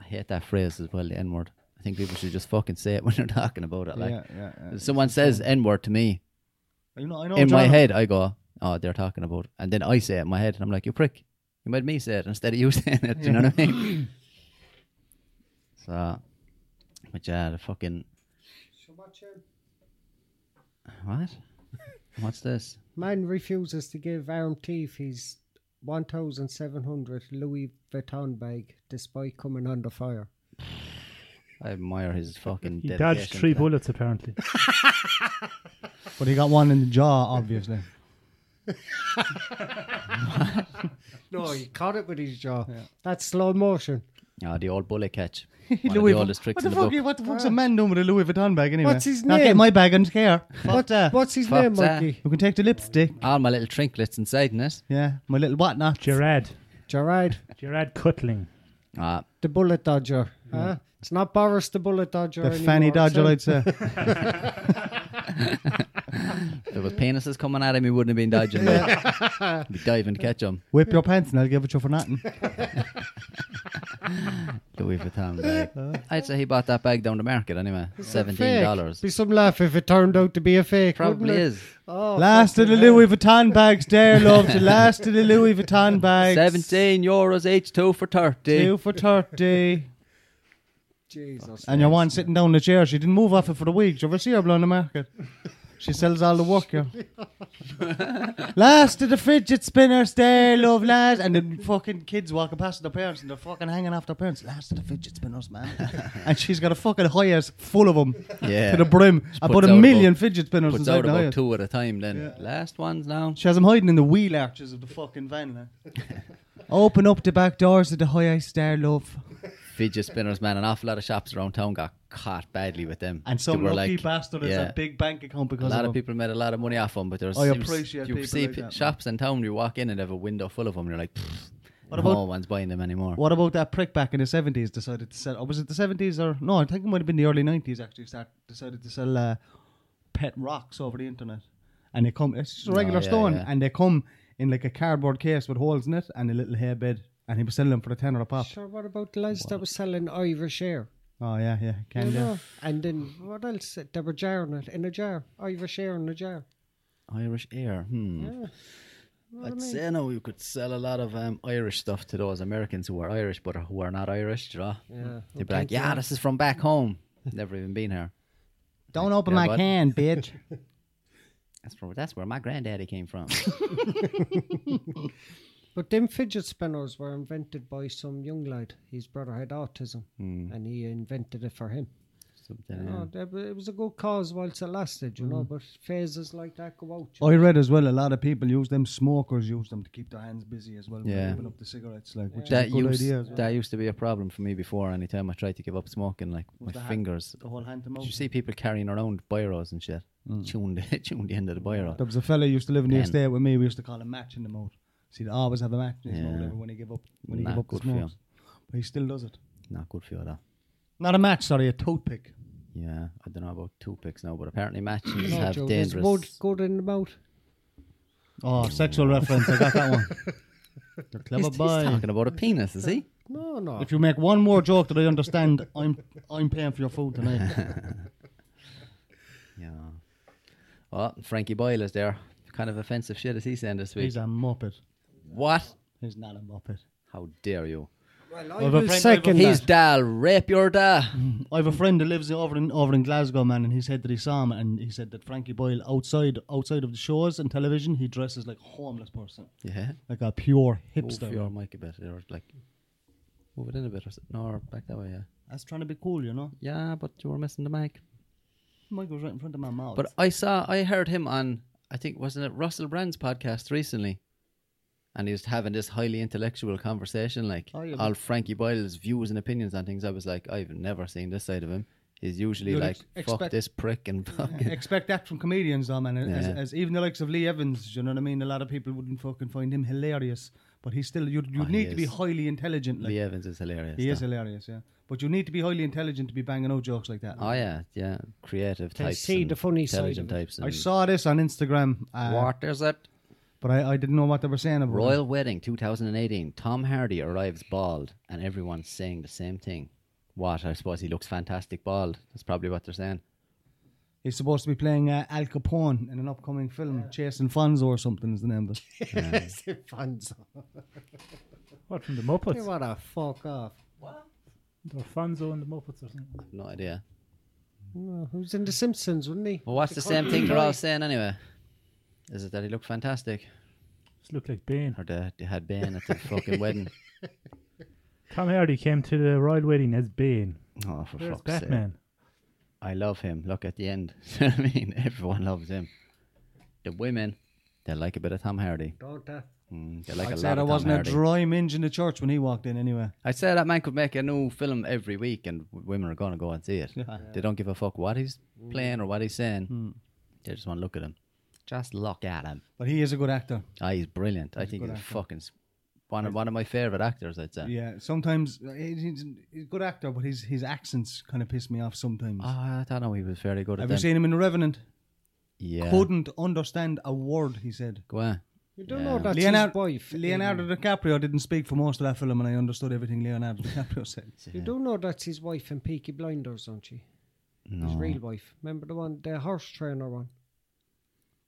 I hate that phrase as well. The N word. I think people should just fucking say it when they're talking about it. Like yeah, yeah, yeah. if someone says N word to me You know, I know in my Jonathan- head, I go, "Oh, they're talking about," it." and then I say it in my head, and I'm like, "You prick." You made me say it instead of you saying it. Do you know what I mean? so, but yeah, the fucking So watch out. what? What's this? Man refuses to give Aaron Cleef his 1,700 Louis Vuitton bag despite coming under fire. I admire his fucking. He dodged dedication three to that. bullets apparently. But he got one in the jaw, obviously. No, he caught it with his jaw. That's slow motion. Oh, the old bullet catch. One Louis of the Vu- oldest tricks what the in the fuck? book. What the fuck's a man doing with a Louis Vuitton bag anyway? What's his Not name? getting my bag and care. What? Uh, What's his fuck name, that. Mikey? You can take the lipstick. All my little trinklets inside in it. Yeah, my little whatnot. Gerard. Gerard, Gerard Cutling. Ah, the bullet dodger. Huh? It's not Boris the bullet dodger. The anymore, fanny it's dodger, him. I'd say. if there was penises coming at him, he wouldn't have been dodging. yeah. Be diving to catch him. Whip your pants and I'll give it you for nothing. Louis Vuitton bag. I'd say he bought that bag down the market anyway. Seventeen Fake. dollars. Be some laugh if it turned out to be a fake. Probably wouldn't it? is. Oh, Last of the Louis Vuitton bags there, love. The last of the Louis Vuitton bags. 17 euros each, two for 30. Two for 30. Jesus. And your one sitting down in the chair, she didn't move off it for a week. Did you ever see her blow on the market? She sells all the work here. last of the fidget spinners there, love, last. And the fucking kids walking past their parents and they're fucking hanging off their parents. Last of the fidget spinners, man. and she's got a fucking hoyas full of them Yeah. to the brim. puts About a out million about- fidget spinners Puts inside out the about hoyas. two at a time then. Last ones now. She has them hiding in the wheel arches of the fucking van. Like. Open up the back doors of the high star, love. Fidget spinners, man. An awful lot of shops around town got caught badly with them. And They some were lucky bastard has yeah. a big bank account A because lot of, of them. people made a lot of money off them, but there's I you- appreciate you people see like pe- that, man. shops in town. You walk in and have a window full of them. You're like, "Pfft, What no about- one's buying them anymore. What about that prick back in the seventies decided to sell? Or was it the seventies or no? I think it might have been the early nineties. Actually, start decided to sell uh, pet rocks over the internet, and they come. It's just a regular Oh, yeah, stone, yeah. and they come in like a cardboard case with holes in it and a little hair bed. And he was selling them for a tenner a pop. Sure, what about the lads that was selling Irish air? Oh yeah, yeah, You can do. know? And uh, then what else? They were jarring it in a jar. Irish air in a jar. Irish air. Hmm. I'd say no, you could sell a lot of um, Irish stuff to those Americans who are Irish but who are not Irish. do You know? Yeah. They'd be like, yeah, this is from back home. Never even been here. Don't open Yeah, my bud. can, bitch. That's from that's where my granddaddy came from. But them fidget spinners were invented by some young lad. His brother had autism, Hmm. and he invented it for him. Something. You Oh, know, that wa- it was a good cause whilst it lasted, you know. Hmm. But phases like that go out. you I read as well. A lot of people else. use them. Smokers use them to keep their hands busy as well. when they Yeah. Open up the cigarettes, like which That is a good used idea. As well. that used to be a problem for me before. Anytime I tried to give up smoking, like my that- fingers. The oh. whole hand to mouth. Did you see people carrying around biros and shit? Tuned the tuned the end of the biro. There was a fella who used to live in Mm. the Pen. estate with me. We used to call him Match in the mouth. So he'd always have a match in his Yeah. mouth every- when he gave up when he Nah, gave up the good for him. smokes. But he still does it. Not good for you at all. Not a match, sorry, a toothpick. Yeah, I don't know about two picks now, but apparently matches No have joke. It's dangerous. wood good in the mouth. Oh, sexual reference. I got that one. You're a He's, clever he's boy. talking about a penis, is he? No, no. If you make one more joke that I understand, I'm I'm paying for your food tonight. Yeah. Well, Oh, Frankie Boyle is there. Kind of offensive shit is he saying this week? He's a muppet. What? He's not a muppet. How dare you? well, I I have a will friend- second I have He's that. dal rape your da. I have a friend that lives over in over in Glasgow, man, and he said that he saw him, and he said that Frankie Boyle outside outside of the shows and television, he dresses like a homeless person, Yeah. like a pure Move hipster. your mic a bit, or like move it in a bit, or s- no, or back that way. Yeah. That's trying to be cool, you know. Yeah, but you were missing the mic. Mike was right in front of my mouth. But I saw, I heard him on, I think, wasn't it Russell Brand's podcast recently? And he was having this highly intellectual conversation, like Oh, yeah, but- all Frankie Boyle's views and opinions on things. I was like, I've never seen this side of him. He's usually You'd like, ex- fuck expect- this prick and fucking. expect that from comedians, though, man. As, Yeah. as even the likes of Lee Evans, you know what I mean. A lot of people wouldn't fucking find him hilarious, but he's still you'd, you'd Oh, he need to be is. highly intelligent. Like, Lee Evans is hilarious. he is though. hilarious, yeah. But you need to be highly intelligent to be banging out jokes like that. Oh yeah, yeah, creative Can types. see and the funny side of intelligent it. types. I and- saw this on Instagram, uh, What is it? but I, I didn't know what they were saying about it. Royal Wedding 2018. Tom Hardy arrives bald, and everyone's saying the same thing. What? I suppose he looks fantastic bald. That's probably what they're saying. He's supposed to be playing uh, Al Capone in an upcoming film, Chasing Fonzo or something is the name of it. Fonzo. What from the Muppets? What a fuck off. Or Fonzo and the Muppets or something. No idea. No, who's in The Simpsons, wouldn't he? But what's the same thing they're all saying anyway? Is it that he looked fantastic, Just look like Bane. or that they had Bane at the fucking wedding? Tom Hardy came to the royal wedding as Bane. Oh, for Where's fuck's sake! Batman? I love him. Look at the end. You know what I mean, everyone loves him. The women, they like a bit of Tom Hardy. Don't that? Mm, they like a I'd lot say of there Tom wasn't Hardy. a dry minge in the church when he walked in, anyway. I'd say that man could make a new film every week and w- women are going to go and see it. They don't give a fuck what he's playing or what he's saying. They just want to look at him. Just look at him. But he is a good actor. Ah, he's brilliant. I think he's fucking s- one of, one of my favourite actors, I'd say. Yeah, sometimes uh, he- he's, he's a good actor, but his his accents kind of piss me off sometimes. Oh, I don't know. He was fairly good at Have that. you seen him in The Revenant? Yeah. Couldn't understand a word he said. Go on. You don't know that's his Leonardo, wife. Leonardo DiCaprio didn't speak for most of that film, and I understood everything Leonardo DiCaprio said. You do know that's his wife in Peaky Blinders, don't you? His real wife. Remember the one, the horse trainer one?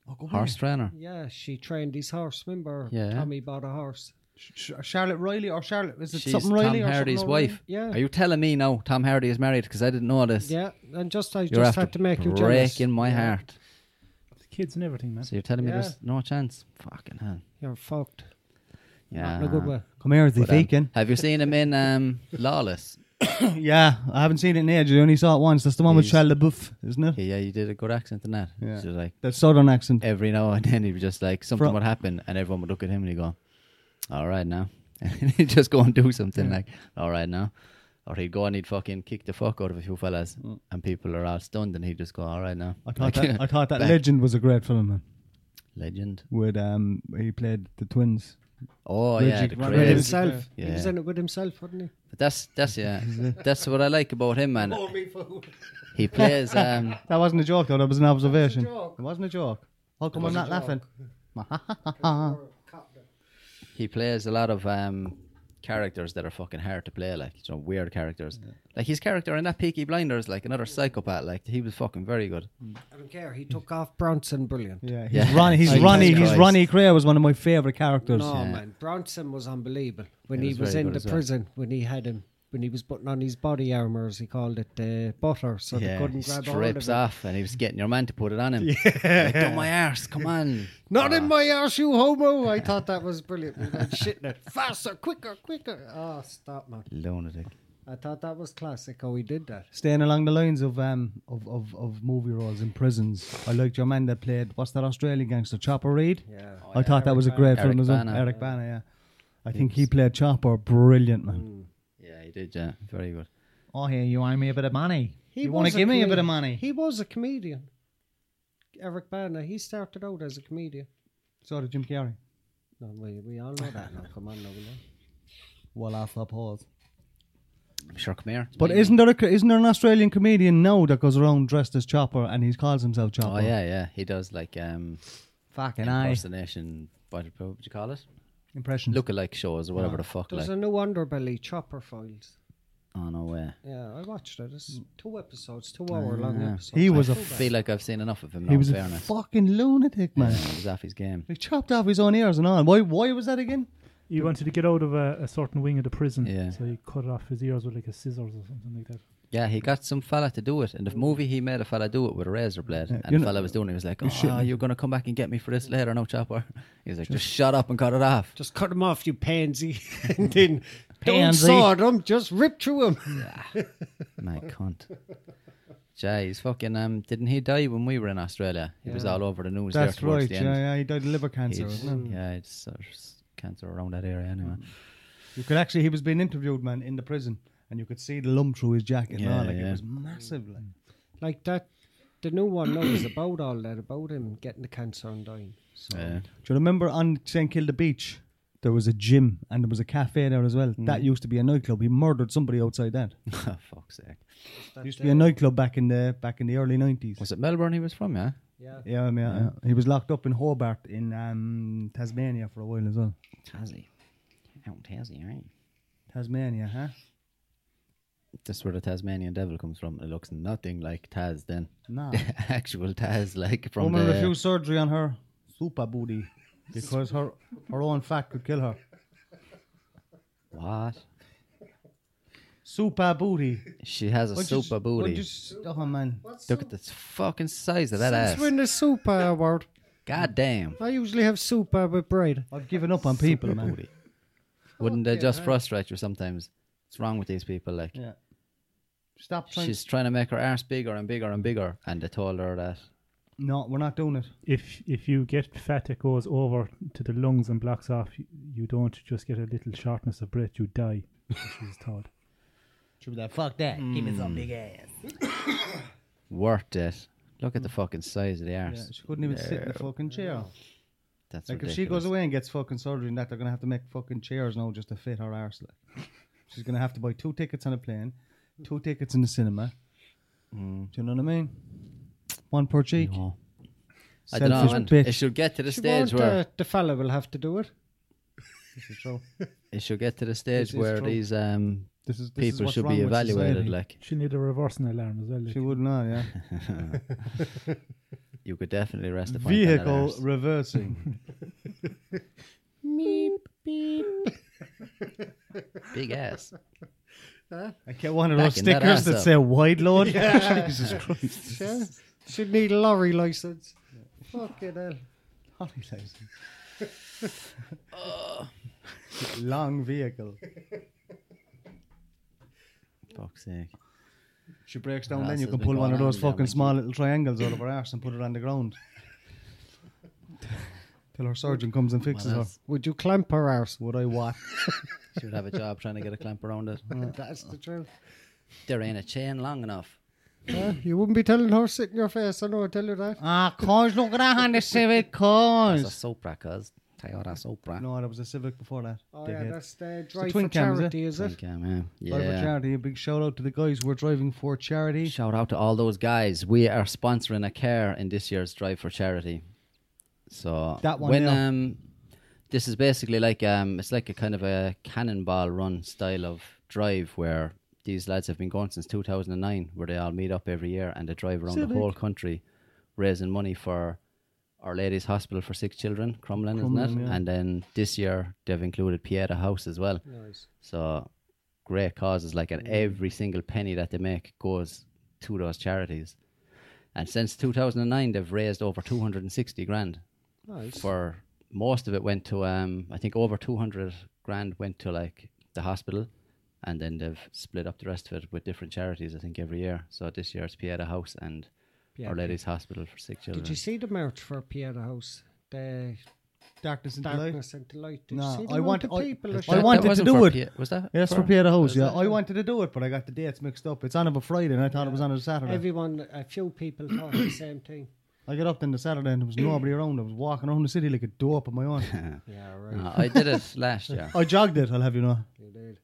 Oh, go Horse away. trainer. Yeah, she trained his horse. Remember Yeah. Tommy bought a horse. Sh- Charlotte Riley or Charlotte? Is it She's something Tom Riley or Hardy's something wife. Yeah. Are you telling me now Tom Hardy is married? Because I didn't know this. Yeah, and just I You're just after had to make you jealous. breaking my heart. The kids and everything, man. So you're telling me Yeah. there's no chance? Fucking hell. You're fucked. Yeah. Not in a good way. Come here, the But, um, Deacon. have you seen him in um, Lawless? Yeah, I haven't seen it in ages. I only saw it once. That's the one with He's- Shia LaBeouf, isn't it? Yeah, yeah, you did a good accent in that. Yeah. So like That southern accent. every now and then he'd be just like something From- would happen and everyone would look at him and he'd go, All right now. And he'd just go and do something like, All right now. Or he'd go and he'd fucking kick the fuck out of a few fellas and people are all stunned and he'd just go, All right now. Mm. I thought Like, that, I thought that back- Legend was a great film, man. Legend. With um, he played the twins. Oh yeah, Reggie the Grant. With Yeah. craze. himself. He was Yeah. in it with himself, wasn't he? But that's that's yeah. that's what I like about him, man. He plays um That wasn't a joke, though. That was an observation. joke. It wasn't a joke. How come I'm not laughing? he plays a lot of um, characters that are fucking hard to play, like you know, weird characters. Like his character in that Peaky Blinders, like another psychopath. Like he was fucking very good. I don't care. He took off Bronson brilliant. Yeah, he's Yeah. Ronnie. He's Jesus Ronnie. He's Christ. Ronnie Cray was one of my favorite characters. No man, Bronson was unbelievable when He he was was, very in good the as well. prison when he had him when he was putting on his body armor as he called it the butter so they Yeah, he couldn't grab hold of strips it. off, and he was getting your man to put it on him. Like, do my arse, come on. Oh, Not Ah. in my arse, you homo! I thought that was brilliant. We went shitting it faster, quicker, quicker. Oh, stop, man! Lunatic. I thought that was classic. How he did that. Staying along the lines of um of, of, of movie roles in prisons, I liked your man that played what's that Australian gangster Chopper Reed. Yeah. Oh, I thought that was a great Eric film as well. Bana. Eric Bana, yeah. I think he played Chopper, brilliant man. Yeah, he did. Yeah, very good. Oh, here you owe me a bit of money. He you want to was a give me a bit of comedian. money? He was a comedian. Eric Bana. He started out as a comedian. So did Jim Carrey. No, we, we all know that now. Come on, now, we know. Well, off the pause. Sure, come here. But isn't there a, isn't there an Australian comedian now that goes around dressed as Chopper and he calls himself Chopper? Oh yeah, yeah. He does like um fucking I impersonation. What would you call it? impression. Look-alike shows or whatever the fuck. There's Like. a new Underbelly Chopper Files. Oh no way. Yeah, I watched it. It's two episodes, two hour long episodes. Mm. He was a I f- feel like I've seen enough of him. Now, he was in a fairness. fucking lunatic man. He was off his game. He chopped off his own ears and all. Why? Why was that again? He wanted to get out of a, a certain wing of the prison, Yeah. so he cut off his ears with like a scissors or something like that. Yeah, he got some fella to do it. In the movie, he made a fella do it with a razor blade. you and the know- fella was doing it. He was like, Oh, you're going to come back and get me for this later, no chopper. He was like, Just shut up and cut it off. Just cut him off, you pansy. and then don't Pansy. sword him, just rip through him. My cunt. Jay, he's fucking. Um, didn't he die when we were in Australia? He was all over the news That's there towards right. the Yeah, end. yeah, he died of liver cancer. He'd- Wasn't it? yeah, it's sort of s- cancer around that area anyway. You could actually, he was being interviewed, man, in the prison, and you could see the lump through his jacket. and Yeah, all. Like yeah. it was massive. Like. Like that, the new one now is about all that, about him getting the cancer and dying. So Yeah. Do you remember on St Kilda Beach, there was a gym and there was a cafe there as well. Mm. That used to be a nightclub. He murdered somebody outside that. Oh, fuck's sake. used to uh, be a nightclub back in the back in the early nineties. Was it Melbourne he was from, yeah? yeah. Yeah, um, yeah, yeah. He was locked up in Hobart in um, Tasmania for a while as well. Tassie. Oh, Out in Tassie, right? Tasmania, huh? That's where the Tasmanian devil comes from. It looks nothing like Taz then. No. The actual Taz, like from Woman the... refused surgery on her super booty because her her own fat could kill her. What? Super booty. She has a Why'd you super s- booty. why'd you s- oh man. Look at the fucking size of that Since ass. when the super award? God damn. I usually have super with bread. I've given up on people, man. Wouldn't they just frustrate you sometimes? What's wrong with these people? Like, Yeah. Stop trying. she's trying to make her arse bigger and bigger and bigger, and they told her that. No, we're not doing it. If if you get fat, it goes over to the lungs and blocks off. You, you don't just get a little shortness of breath; you die. She's taught. Should be like, fuck that. Give me some big ass. Worth it. Look at the fucking size of the Hmm. Yeah, arse. she couldn't even sit in the fucking chair. That's Like Mm. if ridiculous. she goes away and gets fucking surgery and that, they're gonna have to make fucking chairs now just to fit her arse. Like. She's gonna have to buy two tickets on a plane, two tickets in the cinema. Mm. Do you know what I mean? One per cheek. No. Oh. I don't know. Selfish man. bitch. It should get to the She stage won't, where uh, the fella will have to do it. This is true. it should get to the stage is where true. these um This is this is people what's should wrong be with evaluated. society. Like She need a reversing alarm as well. like. She would not, yeah. you could definitely rest the point on that Vehicle arse. reversing. Meep, beep. big ass. I get one of those Backing that stickers ass that, up. say wide load. Jesus Christ. Yeah. She'd need a lorry license. Fucking hell. Lorry license. Uh. Long vehicle. Fuck's sake. She breaks down, Ah, then so you can it's been pull one of going on, those yeah, fucking like- small little triangles out of her arse and put it on the ground. Till her surgeon comes and fixes her. else? Would you clamp her arse? Would I what? She would have a job trying to get a clamp around it. That's the truth. There ain't a chain long enough. Yeah, you wouldn't be telling her sit in your face. I know I tell you that. ah, cause look at that on the Civic, It's a cause. Sopra, cuz. Toyota Sopra. No, that was a Civic before that. Oh, yeah, dickhead. that's the drive twin for cam, is it? charity, is it? Think, um, uh, Drive for yeah. charity. A big shout out to the guys who are driving for charity. Shout out to all those guys. We are sponsoring a car in this year's drive for charity. So That one when there. um this is basically like um it's like a kind of a cannonball run style of drive where these lads have been going since 2009 where they all meet up every year and they drive around the whole country raising money for Our Lady's Hospital for Sick Children, Crumlin, isn't it? Crumlin, yeah. And then this year they've included Pieta House as well. Nice. So great causes, like, Mm. and every single penny that they make goes to those charities. And since 2009, they've raised over 260 grand. Nice. For most of it went to, um, I think, over 200 grand went to like the hospital, and then they've split up the rest of it with different charities. I think every year. So this year it's Pieta House and Yeah, Our Lady's Hospital for Sick Children. Did you see the march for Pieta House? The Darkness and Delight. darkness and the light. Did No, you see the I amount want. of I, people? I that showed wanted up? to wasn't do for it. Pie- was that Yes, for- for Pieta House. was Yeah, that- I wanted to do it, but I got the dates mixed up. It's on of a Friday, and I thought it was on a Saturday. Everyone, a few people thought the same thing. I got up then the Saturday, and there was nobody around. I was walking around the city like a dope on my own. Yeah, right. No, Uh, I did it last year. I jogged it. I'll have you know. You did.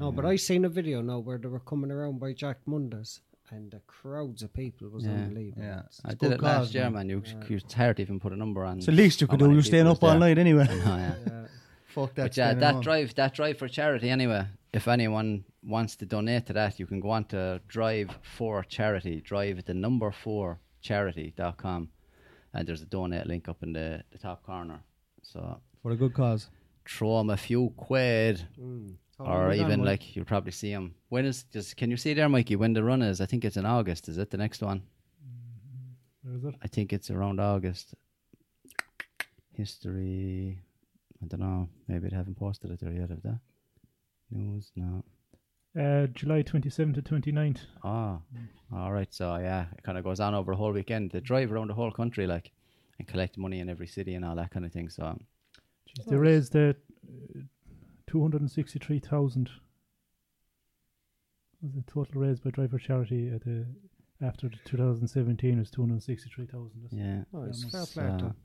No, but I seen a video now where they were coming around by Jack Munda's and the crowds of people was Yeah. unbelievable. Yeah. It's- I It's did good it last cause, year, man. man. You, you it's hard to even put a number on. It's the least you how could do. many You're staying people up was all there. night anyway. Oh, yeah. Fuck that. But yeah, uh, that drive, that drive for charity. Anyway, if anyone wants to donate to that, you can go on to Drive for Charity. Drive at the number four charity.com. and there's a donate link up in the, the top corner. So for a good cause. throw them a few quid, or even like you'll probably see them. When is just? Can you see there, Mikey? When the run is? I think it's in August. Is it the next one? Where is it? I think it's around August. History. I don't know. Maybe they haven't posted it there yet, have they? News? No. Uh, July 27th to 29th. Ah, all right. So yeah, it kind of goes on over the whole weekend. They drive around the whole country, like, and collect money in every city and all that kind of thing. So Oh. Jeez, they raised uh, 263,000. Was The total raised by Driver Charity at the, after the 2017 was 263,000. yeah, Oh, it's fair Almost, play to uh, 'em.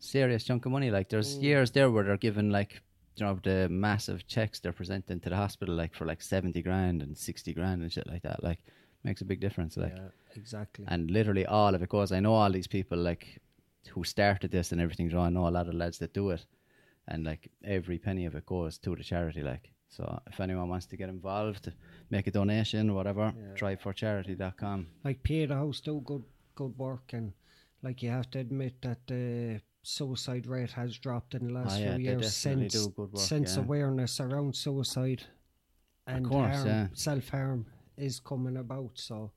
serious chunk of money. Like, there's years there where they're giving like, you know, the massive checks they're presenting to the hospital, like for like seventy grand and sixty grand and shit like that. Like, makes a big difference. Like, Yeah, exactly. and literally all of it goes. I know all these people like who started this and everything. So I know a lot of lads that do it, and like every penny of it goes to the charity. Like so, if anyone wants to get involved, make a donation, whatever, drive for charity.com. like Peter House do good good work and like you have to admit that the suicide rate has dropped in the last Ah, few yeah, they years definitely since do good work, since yeah. awareness around suicide and course, harm, yeah. self-harm is coming about so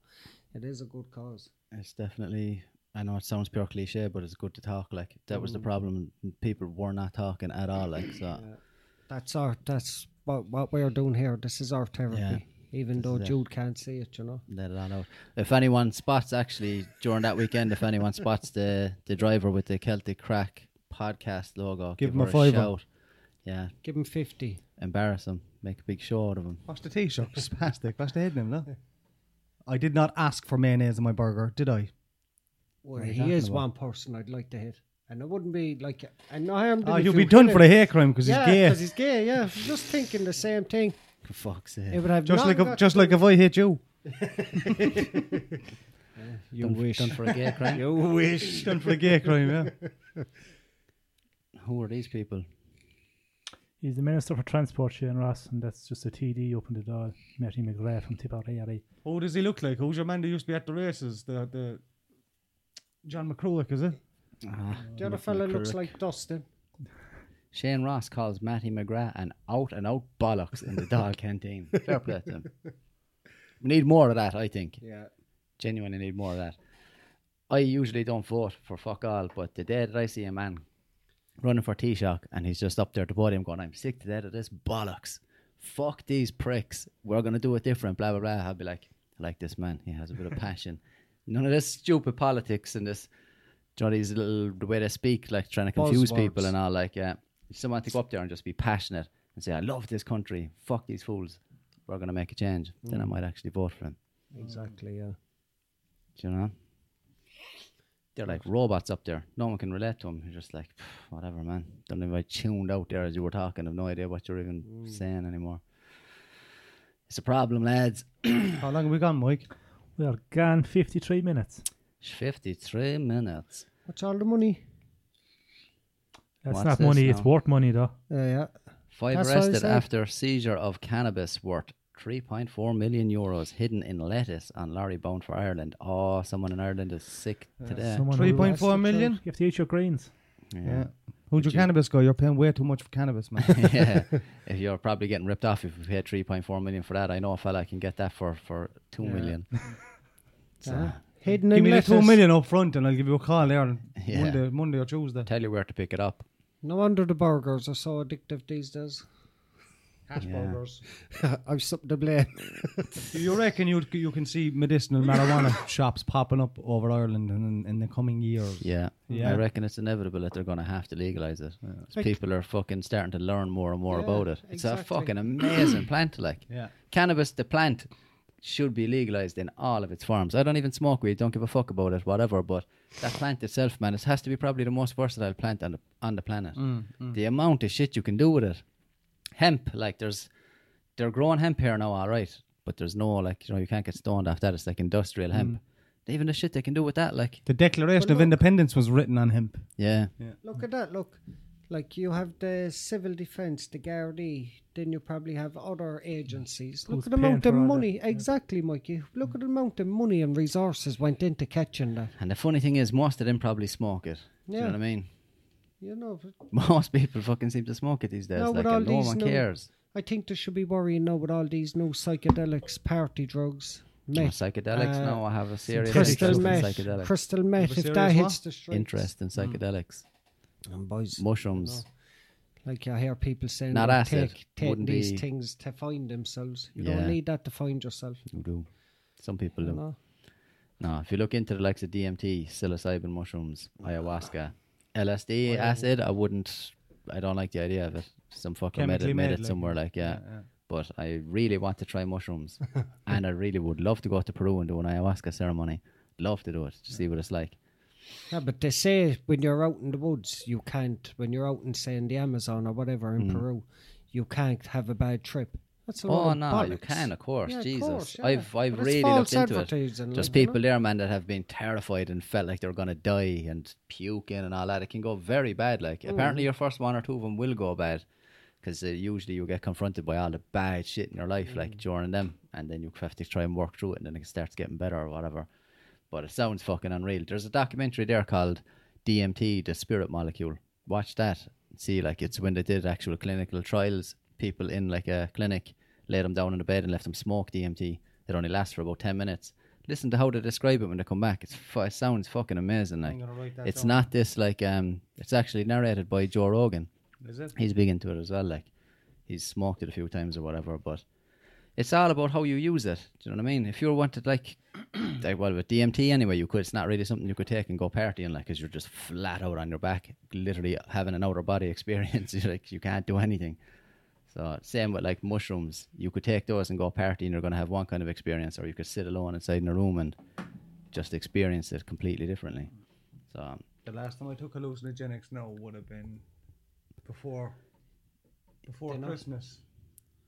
it is a good cause It's definitely. I know it sounds pure cliche, but it's good to talk. Like that was the problem. People were not talking at all. Like so. that's our that's what what we're doing here this is our therapy even though is it. Jude can't see it you know Let it all out. If anyone spots actually during that weekend, if anyone spots the the driver with the Celtic Crack podcast logo, Give him her a fiver. shout. Yeah, give him 50 embarrass him. Make a big show out of him. Watch the T-shirt. It's plastic. Watch the head name, look. I did not ask for mayonnaise in my burger, did I? well are you he talking is about? one person I'd like to hit and it wouldn't be like and no harm Oh, done if you'll you be done hit for it. the hate crime because yeah, he's because gay. he's gay. Yeah, If you're just thinking the same thing. For fuck's sake. It would have Just not like got if, just to like do- if I hate you. you Done- Done for a gay crime. you wish. done for the gay crime, yeah. Who are these people? He's the Minister for Transport, Shane Ross, and that's just a TD up in the door. Matty McGrath from Tipperary. Who does he look like? Who's your man that used to be at the races? The the John McCroick, is it? The other fella looks like Dustin. Shane Ross calls Matty McGrath an out and out bollocks in the dog canteen. Fair play to him. We need more of that, I think. Yeah. genuinely need more of that. I usually don't vote for fuck all, but the day that I see a man running for Taoiseach and he's just up there at the podium going, I'm sick to death of this bollocks. Fuck these pricks. We're going to do it different, blah, blah, blah. I'll be like, I like this man. He has a bit of passion. None of this stupid politics and this, you know, these little, the way they speak, like trying to confuse people Buzzwords. and all. Like, yeah. You just want to go up there and just be passionate and say, I love this country. Fuck these fools. We're going to make a change. Then I might actually vote for him. Exactly. Yeah. Do you know? They're like robots up there. No one can relate to them. You're just like, "Pff, whatever, man. Don't even I tuned out there as you were talking. I've no idea what you're even Mm. saying anymore. It's a problem, lads. How long have we gone, Mike? We are gone 53 minutes. 53 minutes. What's all the money? That's What's not this money, now? it's worth money though. Uh, yeah. Five That's what I arrested said. after seizure of cannabis worth 3.4 million euros hidden in lettuce on lorry bound for Ireland. Oh, someone in Ireland is sick Uh, today. Someone Three who- point four million. You have to eat your greens. Yeah. Who's your cannabis guy? You're paying way too much for cannabis, man. yeah, if you're probably getting ripped off if you pay three point four million for that. I know a fella can get that for for two million. So, Hidden give in me the lettuce. two million up front, and I'll give you a call there on Yeah. Monday, Monday or Tuesday. tell you where to pick it up. No wonder the burgers are so addictive these days. Hash burgers. I'm something to blame. You reckon you you can see medicinal marijuana shops popping up over Ireland in, in the coming years? Yeah. I Yeah. reckon it's inevitable that they're going to have to legalize it. People are fucking starting to learn more and more Yeah, about it. It's a exactly. fucking amazing plant. Like Yeah. cannabis, the plant should be legalized in all of its forms. I don't even smoke weed. Don't give a fuck about it. Whatever. But that plant itself, man, it has to be probably the most versatile plant on the on the planet. The amount of shit you can do with it. hemp like there's they're growing hemp here now, all right. But there's no like you know you can't get stoned off that. It's like industrial hemp. Even the shit they can do with that, like The Declaration But of look- Independence was written on hemp. yeah, Look at that. Look, like you have the civil defence, the Gardaí. Then you probably have other agencies. Look Who's at the paying amount for of all that? money. Exactly, Mikey. Look at the amount of money and resources went into catching that. And the funny thing is, most of them probably smoke it. Do you know Yeah. what I mean? You know, but Most people fucking seem to smoke it these days. No, like, but all and no these one new- cares. I think they should be worrying now with all these new psychedelics, party drugs, Oh, meth, psychedelics? uh, no, I have a serious crystal interest in meth, psychedelics. crystal a meth. If serious that what? hits the streets, interest in psychedelics, Mm. and boys, mushrooms. Like I hear people saying, Not "Oh, acid. take, take Wouldn't these be- things to find themselves. You Yeah. don't need that to find yourself. You do. Some people You do. know? No, if you look into the likes of DMT, psilocybin mushrooms, ayahuasca, LSD, acid, I wouldn't. I don't like the idea of it. Some fucking made Chemically it, made made, it like- somewhere like yeah. But I really want to try mushrooms, and I really would love to go to Peru and do an ayahuasca ceremony. Love to do it to see what it's like. Yeah, but they say when you're out in the woods, you can't. When you're out in, say, in the Amazon or whatever Hmm. in Peru, you can't have a bad trip. That's a lot Oh of no, you bollocks. can, of course. Yeah, of Jesus, course, yeah. I've I've But it's really false looked into advertising, it. There's like, you know? people there, man, that have been terrified and felt like they're gonna die and puking and all that. It can go very bad. Like Mm. apparently, your first one or two of them will go bad, because uh, usually you get confronted by all the bad shit in your life, Mm. like during them, and then you have to try and work through it, and then it starts getting better or whatever. But it sounds fucking unreal. There's a documentary there called DMT, the spirit molecule. Watch that. See, like it's when they did actual clinical trials. People in like a clinic laid them down on the bed and left them smoke DMT. It only lasts for about ten minutes. Listen to how they describe it when they come back. It's fu- it sounds fucking amazing. Like gonna write that it's down. not this like um. It's actually narrated by Joe Rogan. Is it? He's big into it as well. Like he's smoked it a few times or whatever, but it's all about how you use it. Do you know what I mean? If you wanted like, like well, with DMT anyway, you could. It's not really something you could take and go partying like, because you're just flat out on your back, literally having an outer body experience. you're like, you can't do anything. So same with like mushrooms, you could take those and go party, and you're gonna have one kind of experience, or you could sit alone inside in a room and just experience it completely differently. So The last time I took hallucinogenics now would have been before before Christmas.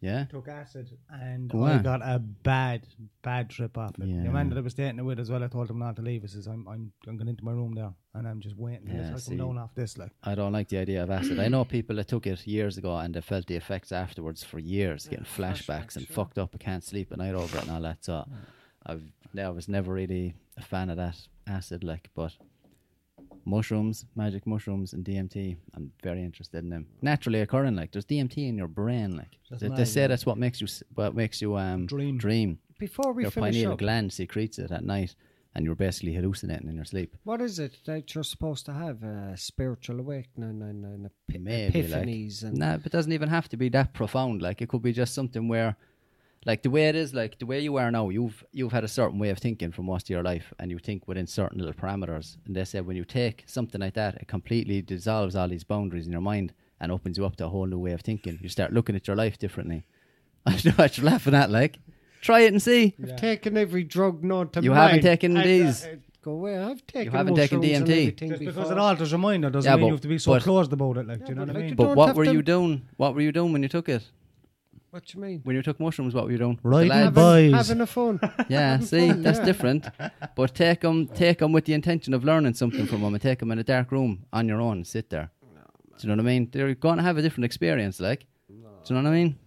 yeah, Took acid and Go I on. got a bad, bad trip off it. Yeah. The man that I was dating with as well, I told him not to leave. I says, I'm I'm I'm going into my room now and I'm just waiting Yeah, yeah, this. I see. come down off this like I don't like the idea of acid. I know people that took it years ago and they felt the effects afterwards for years, getting flashbacks, and fucked up. I can't sleep at night over it and all that. So I've, I was never really a fan of that acid, like, but mushrooms, magic mushrooms, and DMT, I'm very interested in them. Naturally occurring, like, there's DMT in your brain, like, they, they mad, say that's what makes you, s- what makes you um, Dream. dream. Before we Your finish pineal up, gland secretes it at night, and you're basically hallucinating in your sleep. what is it that you're supposed to have? A spiritual awakening and, and epi- Maybe, like- epiphanies and Nah, but it doesn't even have to be that profound. Like it could be just something where, like the way it is, like the way you are now, you've you've had a certain way of thinking for most of your life, and you think within certain little parameters. And they said when you take something like that, it completely dissolves all these boundaries in your mind and opens you up to a whole new way of thinking. You start looking at your life differently. I know what you're laughing at. Like, try it and see. I've taken every drug known to You man. haven't taken I- these. I- go away. I've taken. haven't taken mushrooms and DMT. everything just because before. it alters your mind, it doesn't Yeah, mean but- you have to be so but- closed about it. Like, do you Yeah, know but what I like mean? you But don't what have were to- you doing? What were you doing when you took it? What you mean? When you took mushrooms, what were you doing? Right, The lads- boy. Having, Boys. having a phone. Yeah, see, fun, that's yeah. different. But take them, take 'em with the intention of learning something from them, and take them in a dark room on your own, and sit there. Do you know what I mean? They're going to have a different experience, like. Do you know what I mean?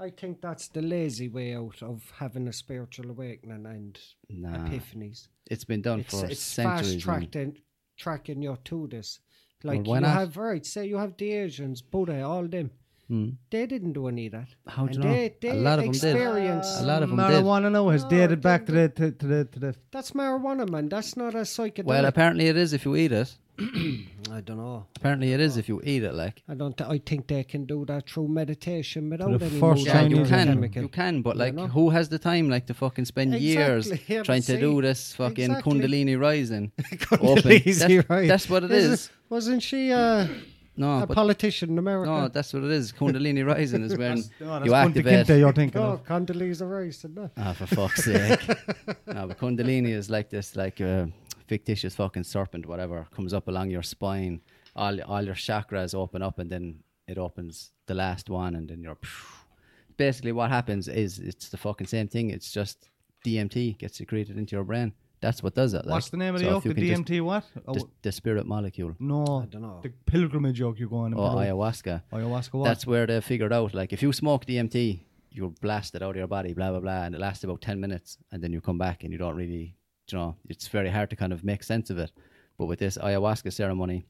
I think that's the lazy way out of having a spiritual awakening and Nah. epiphanies. It's been done It's, for it's fast centuries. man. tracked in, tracking your to this. Like why you not? have right, say you have the Asians, Buddha, all them. They didn't do any of that. Hmm. How do And you know? They, they A lot of 'em did. experience- A lot of them did. marijuana now has dated back to the to, to the to the That's marijuana, man. That's not a psychedelic. Well, uh, apparently it is if you eat it. I don't know. Apparently it is if you eat it, like. I don't. Th- I think they can do that through meditation without the any first mood Yeah, Chinese you or can, chemical. you can, but like, know? who has the time, like, to fucking spend years Exactly, yeah, but trying to do see, this fucking exactly. Kundalini rising? Kundalini That's, rising. that's what it Isn't- is. Wasn't she uh, No, a but politician in America? No, that's what it is. Kundalini rising is when No, that's you Kunta activate. Kinte you're thinking oh, of. Condoleezza Rice. didn't it? Ah, for fuck's sake! no, but Kundalini is like this, like uh, fictitious fucking serpent, whatever, comes up along your spine. All all your chakras open up, and then it opens the last one, and then you're basically what happens is it's the fucking same thing. It's just DMT gets secreted into your brain. That's what does it. like. What's the name of So the if yoke? you The can just- DMT what? Oh, The, the spirit molecule no, I dunno. The pilgrimage yoke you're going on. or ayahuasca. ayahuasca what? Oh, That's where they figured out like if you smoke DMT, you'll blast it out of your body, blah blah blah, and it lasts about ten minutes, and then you come back and you don't really, you know, it's very hard to kind of make sense of it. But with this ayahuasca ceremony,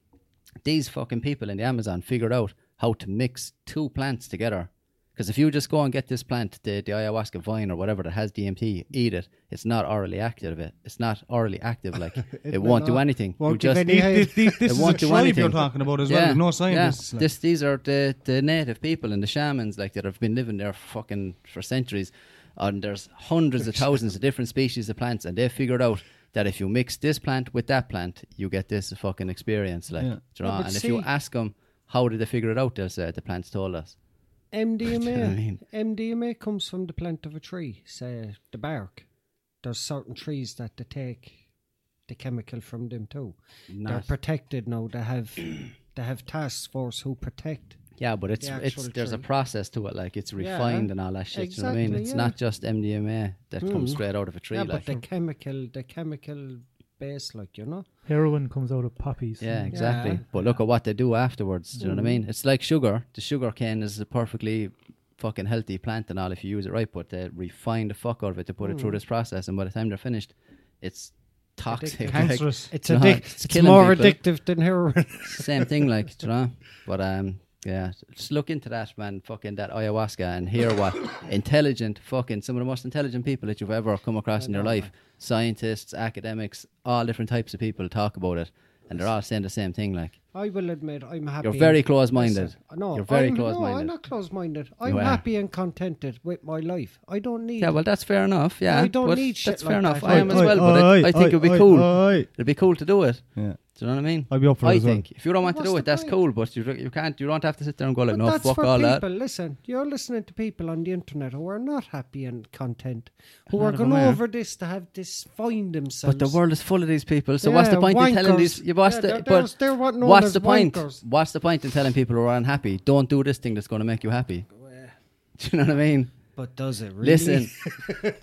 these fucking people in the Amazon figured out how to mix two plants together. Because if you just go and get this plant, the, the ayahuasca vine or whatever that has DMT, eat it. It's not orally active. It it's not orally active. Like it, won't do anything. Won't you give just any These- Yeah. these- these- this it is a won't do tribe you're anything. talking about as well. Yeah, There's no yeah. scientists. like. This, these are the, the native people and the shamans like that have been living there fucking for centuries, and there's hundreds of thousands of different species of plants, and they figured out that if you mix this plant with that plant, you get this fucking experience. Like, Yeah. do you know? Yeah, but and if you see- ask them how did they figure it out, they'll say the plants told us. MDMA. I mean? MDMA comes from the plant of a tree, say the bark. There's certain trees that they take the chemical from them too. They're Nice. protected now. They have they have task force who protect. Yeah, but it's The it's actual there's a tree. process to it. Like it's refined and all that shit. do you know what I mean? exactly, It's yeah. Hmm. not just MDMA that comes straight out of a tree. yeah, like but the chemical, the chemical base, like you know. Heroin comes out of poppies. Yeah, exactly. Yeah. But look at what they do afterwards. Do you know what I mean? It's like sugar. The sugar cane is a perfectly fucking healthy plant and all if you use it right, but they refine the fuck out of it to put it through this process, and by the time they're finished, it's toxic. like, Cancerous. It's No, addic- it's It's, killing more people. addictive than heroin. same thing, like do you know. But um, yeah, just look into that, man. Fucking that ayahuasca, and hear what intelligent, fucking some of the most intelligent people that you've ever come across in your life. Scientists, academics, all different types of people talk about it, and they're all saying the same thing, like. I will admit, I'm happy. You're very close-minded. Listen, No, You're very I'm, No, close-minded. I'm not close-minded. I'm are. happy and contented with my life. I don't need. Yeah, well, that's fair enough. Yeah, I don't but need shit That's fair enough. like that. I am as Oi, well, but I, oi, I think oi, it'd be oi, cool. oi. It'd be cool to do it. Yeah. Do you know what I mean? I'd be up for it I as well. think if you don't want to What's do the it, that's point? cool. But you, you can't. You don't have to sit there and go like, But no, that's fuck for all people. that. Listen, you're listening to people on the internet who are not happy and content, who lot are of them going are. over this to have this find themselves. But the world is full of these people. So what's the Yeah, point in telling wankers. these? you- What's Yeah, the, they're- they're- but they're what known what's as the point? wankers. What's the point in telling people who are unhappy, don't do this thing that's going to make you happy? Do you know what I mean? But does it really? Listen,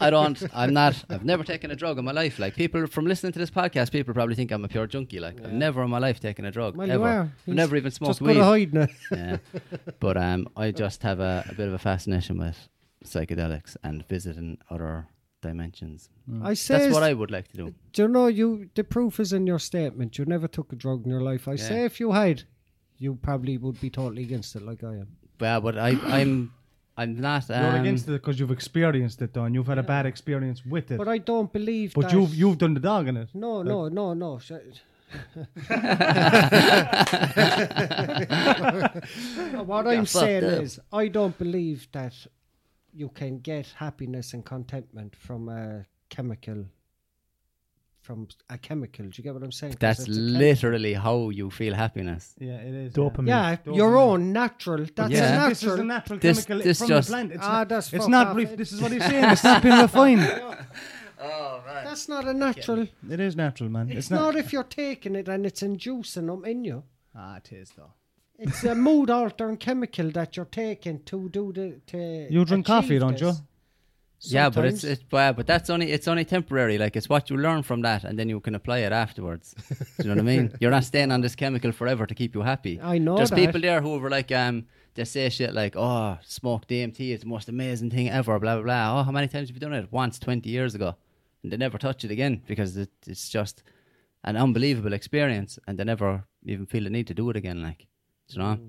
I don't. I'm not. I've never taken a drug in my life. Like people from listening to this podcast, people probably think I'm a pure junkie. Like I've never in my life taken a drug. Well, you ever. are. I've He's never even smoked just weed. going to hide now. Yeah. But um, I just have a, a bit of a fascination with psychedelics and visiting other dimensions. I say, Mm. That's what I would like to do. do you know you? The proof is in your statement. You never took a drug in your life. I say, if you had, you probably would be totally against it, like I am. Yeah, but I, I'm, I'm not. Um, You're against it because you've experienced it, though, and you've had a bad experience with it. But But, I don't believe. that you've you've done the dog in it. No, no, no, no. sh- what I'm fucked saying up. is, I don't believe that you can get happiness and contentment from a chemical. From a chemical, do you get what I'm saying? 'Cause That's it's a chem- literally how you feel happiness. Yeah, it is. yeah. Dopamine. yeah, Dopamine. your own natural. That's Yeah. a natural. This is a natural This- chemical this from just- the plant. It's Ah, not, that's it's fucked not off. brief. This is what he's saying. It's not been refined. that's not a natural. It is natural, man. It's, It's, not, if you're taking it and it's inducing them in you. Ah, it is though. It's a mood altering chemical that you're taking to do the. To You drink coffee, achieve don't you? this. Yeah, but it's Sometimes. it's but, but that's only it's only temporary. Like it's what you learn from that, and then you can apply it afterwards. Do you know what I mean? You're not staying on this chemical forever to keep you happy. I know There's that. people there who were like, um, they say shit like, "Oh, smoke DMT is the most amazing thing ever." Blah blah blah. Oh, how many times have you done it? Once, twenty years ago, and they never touch it again because it, it's just an unbelievable experience, and they never even feel the need to do it again. Like, do you know,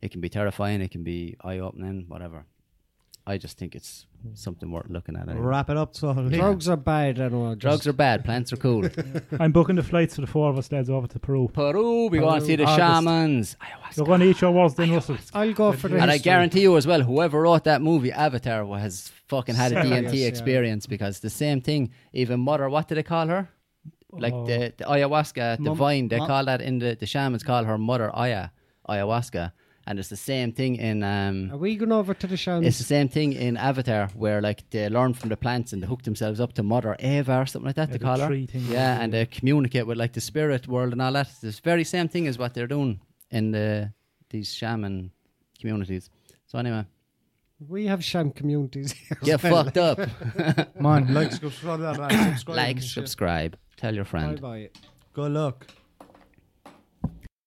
it can be terrifying. It can be eye opening. Whatever. I just think it's something worth looking at. Anyway. Wrap it up, so Drugs are bad, I know. Drugs are bad, plants are cool. I'm booking the flights for the four of us lads over to Peru. Peru, we want to see the August. shamans. You're Ayahuasca. going to eat your words then, Russell. I'll go for the. And I history. guarantee you as well, whoever wrote that movie, Avatar, has fucking had a Serious, DMT yeah. experience because the same thing, even mother, what do they call her? Like Oh. the, the ayahuasca, the Mum- vine, they mum- call that in the, the shamans call her mother Aya, ayahuasca. And it's the same thing in um, Are we going over to the shams? Mm. It's the same thing in Avatar, where like they learn from the plants and they hook themselves up to Mother Eva or something like that. Yeah, they the call her, tree thing. yeah, and they communicate with like the spirit world and all that. It's this very same thing is what they're doing in the these shaman communities. So anyway, We have sham communities here. Get fucked up. Man, like, subscribe, subscribe. like, and shit. subscribe, tell your Bye friend. bye. Good luck.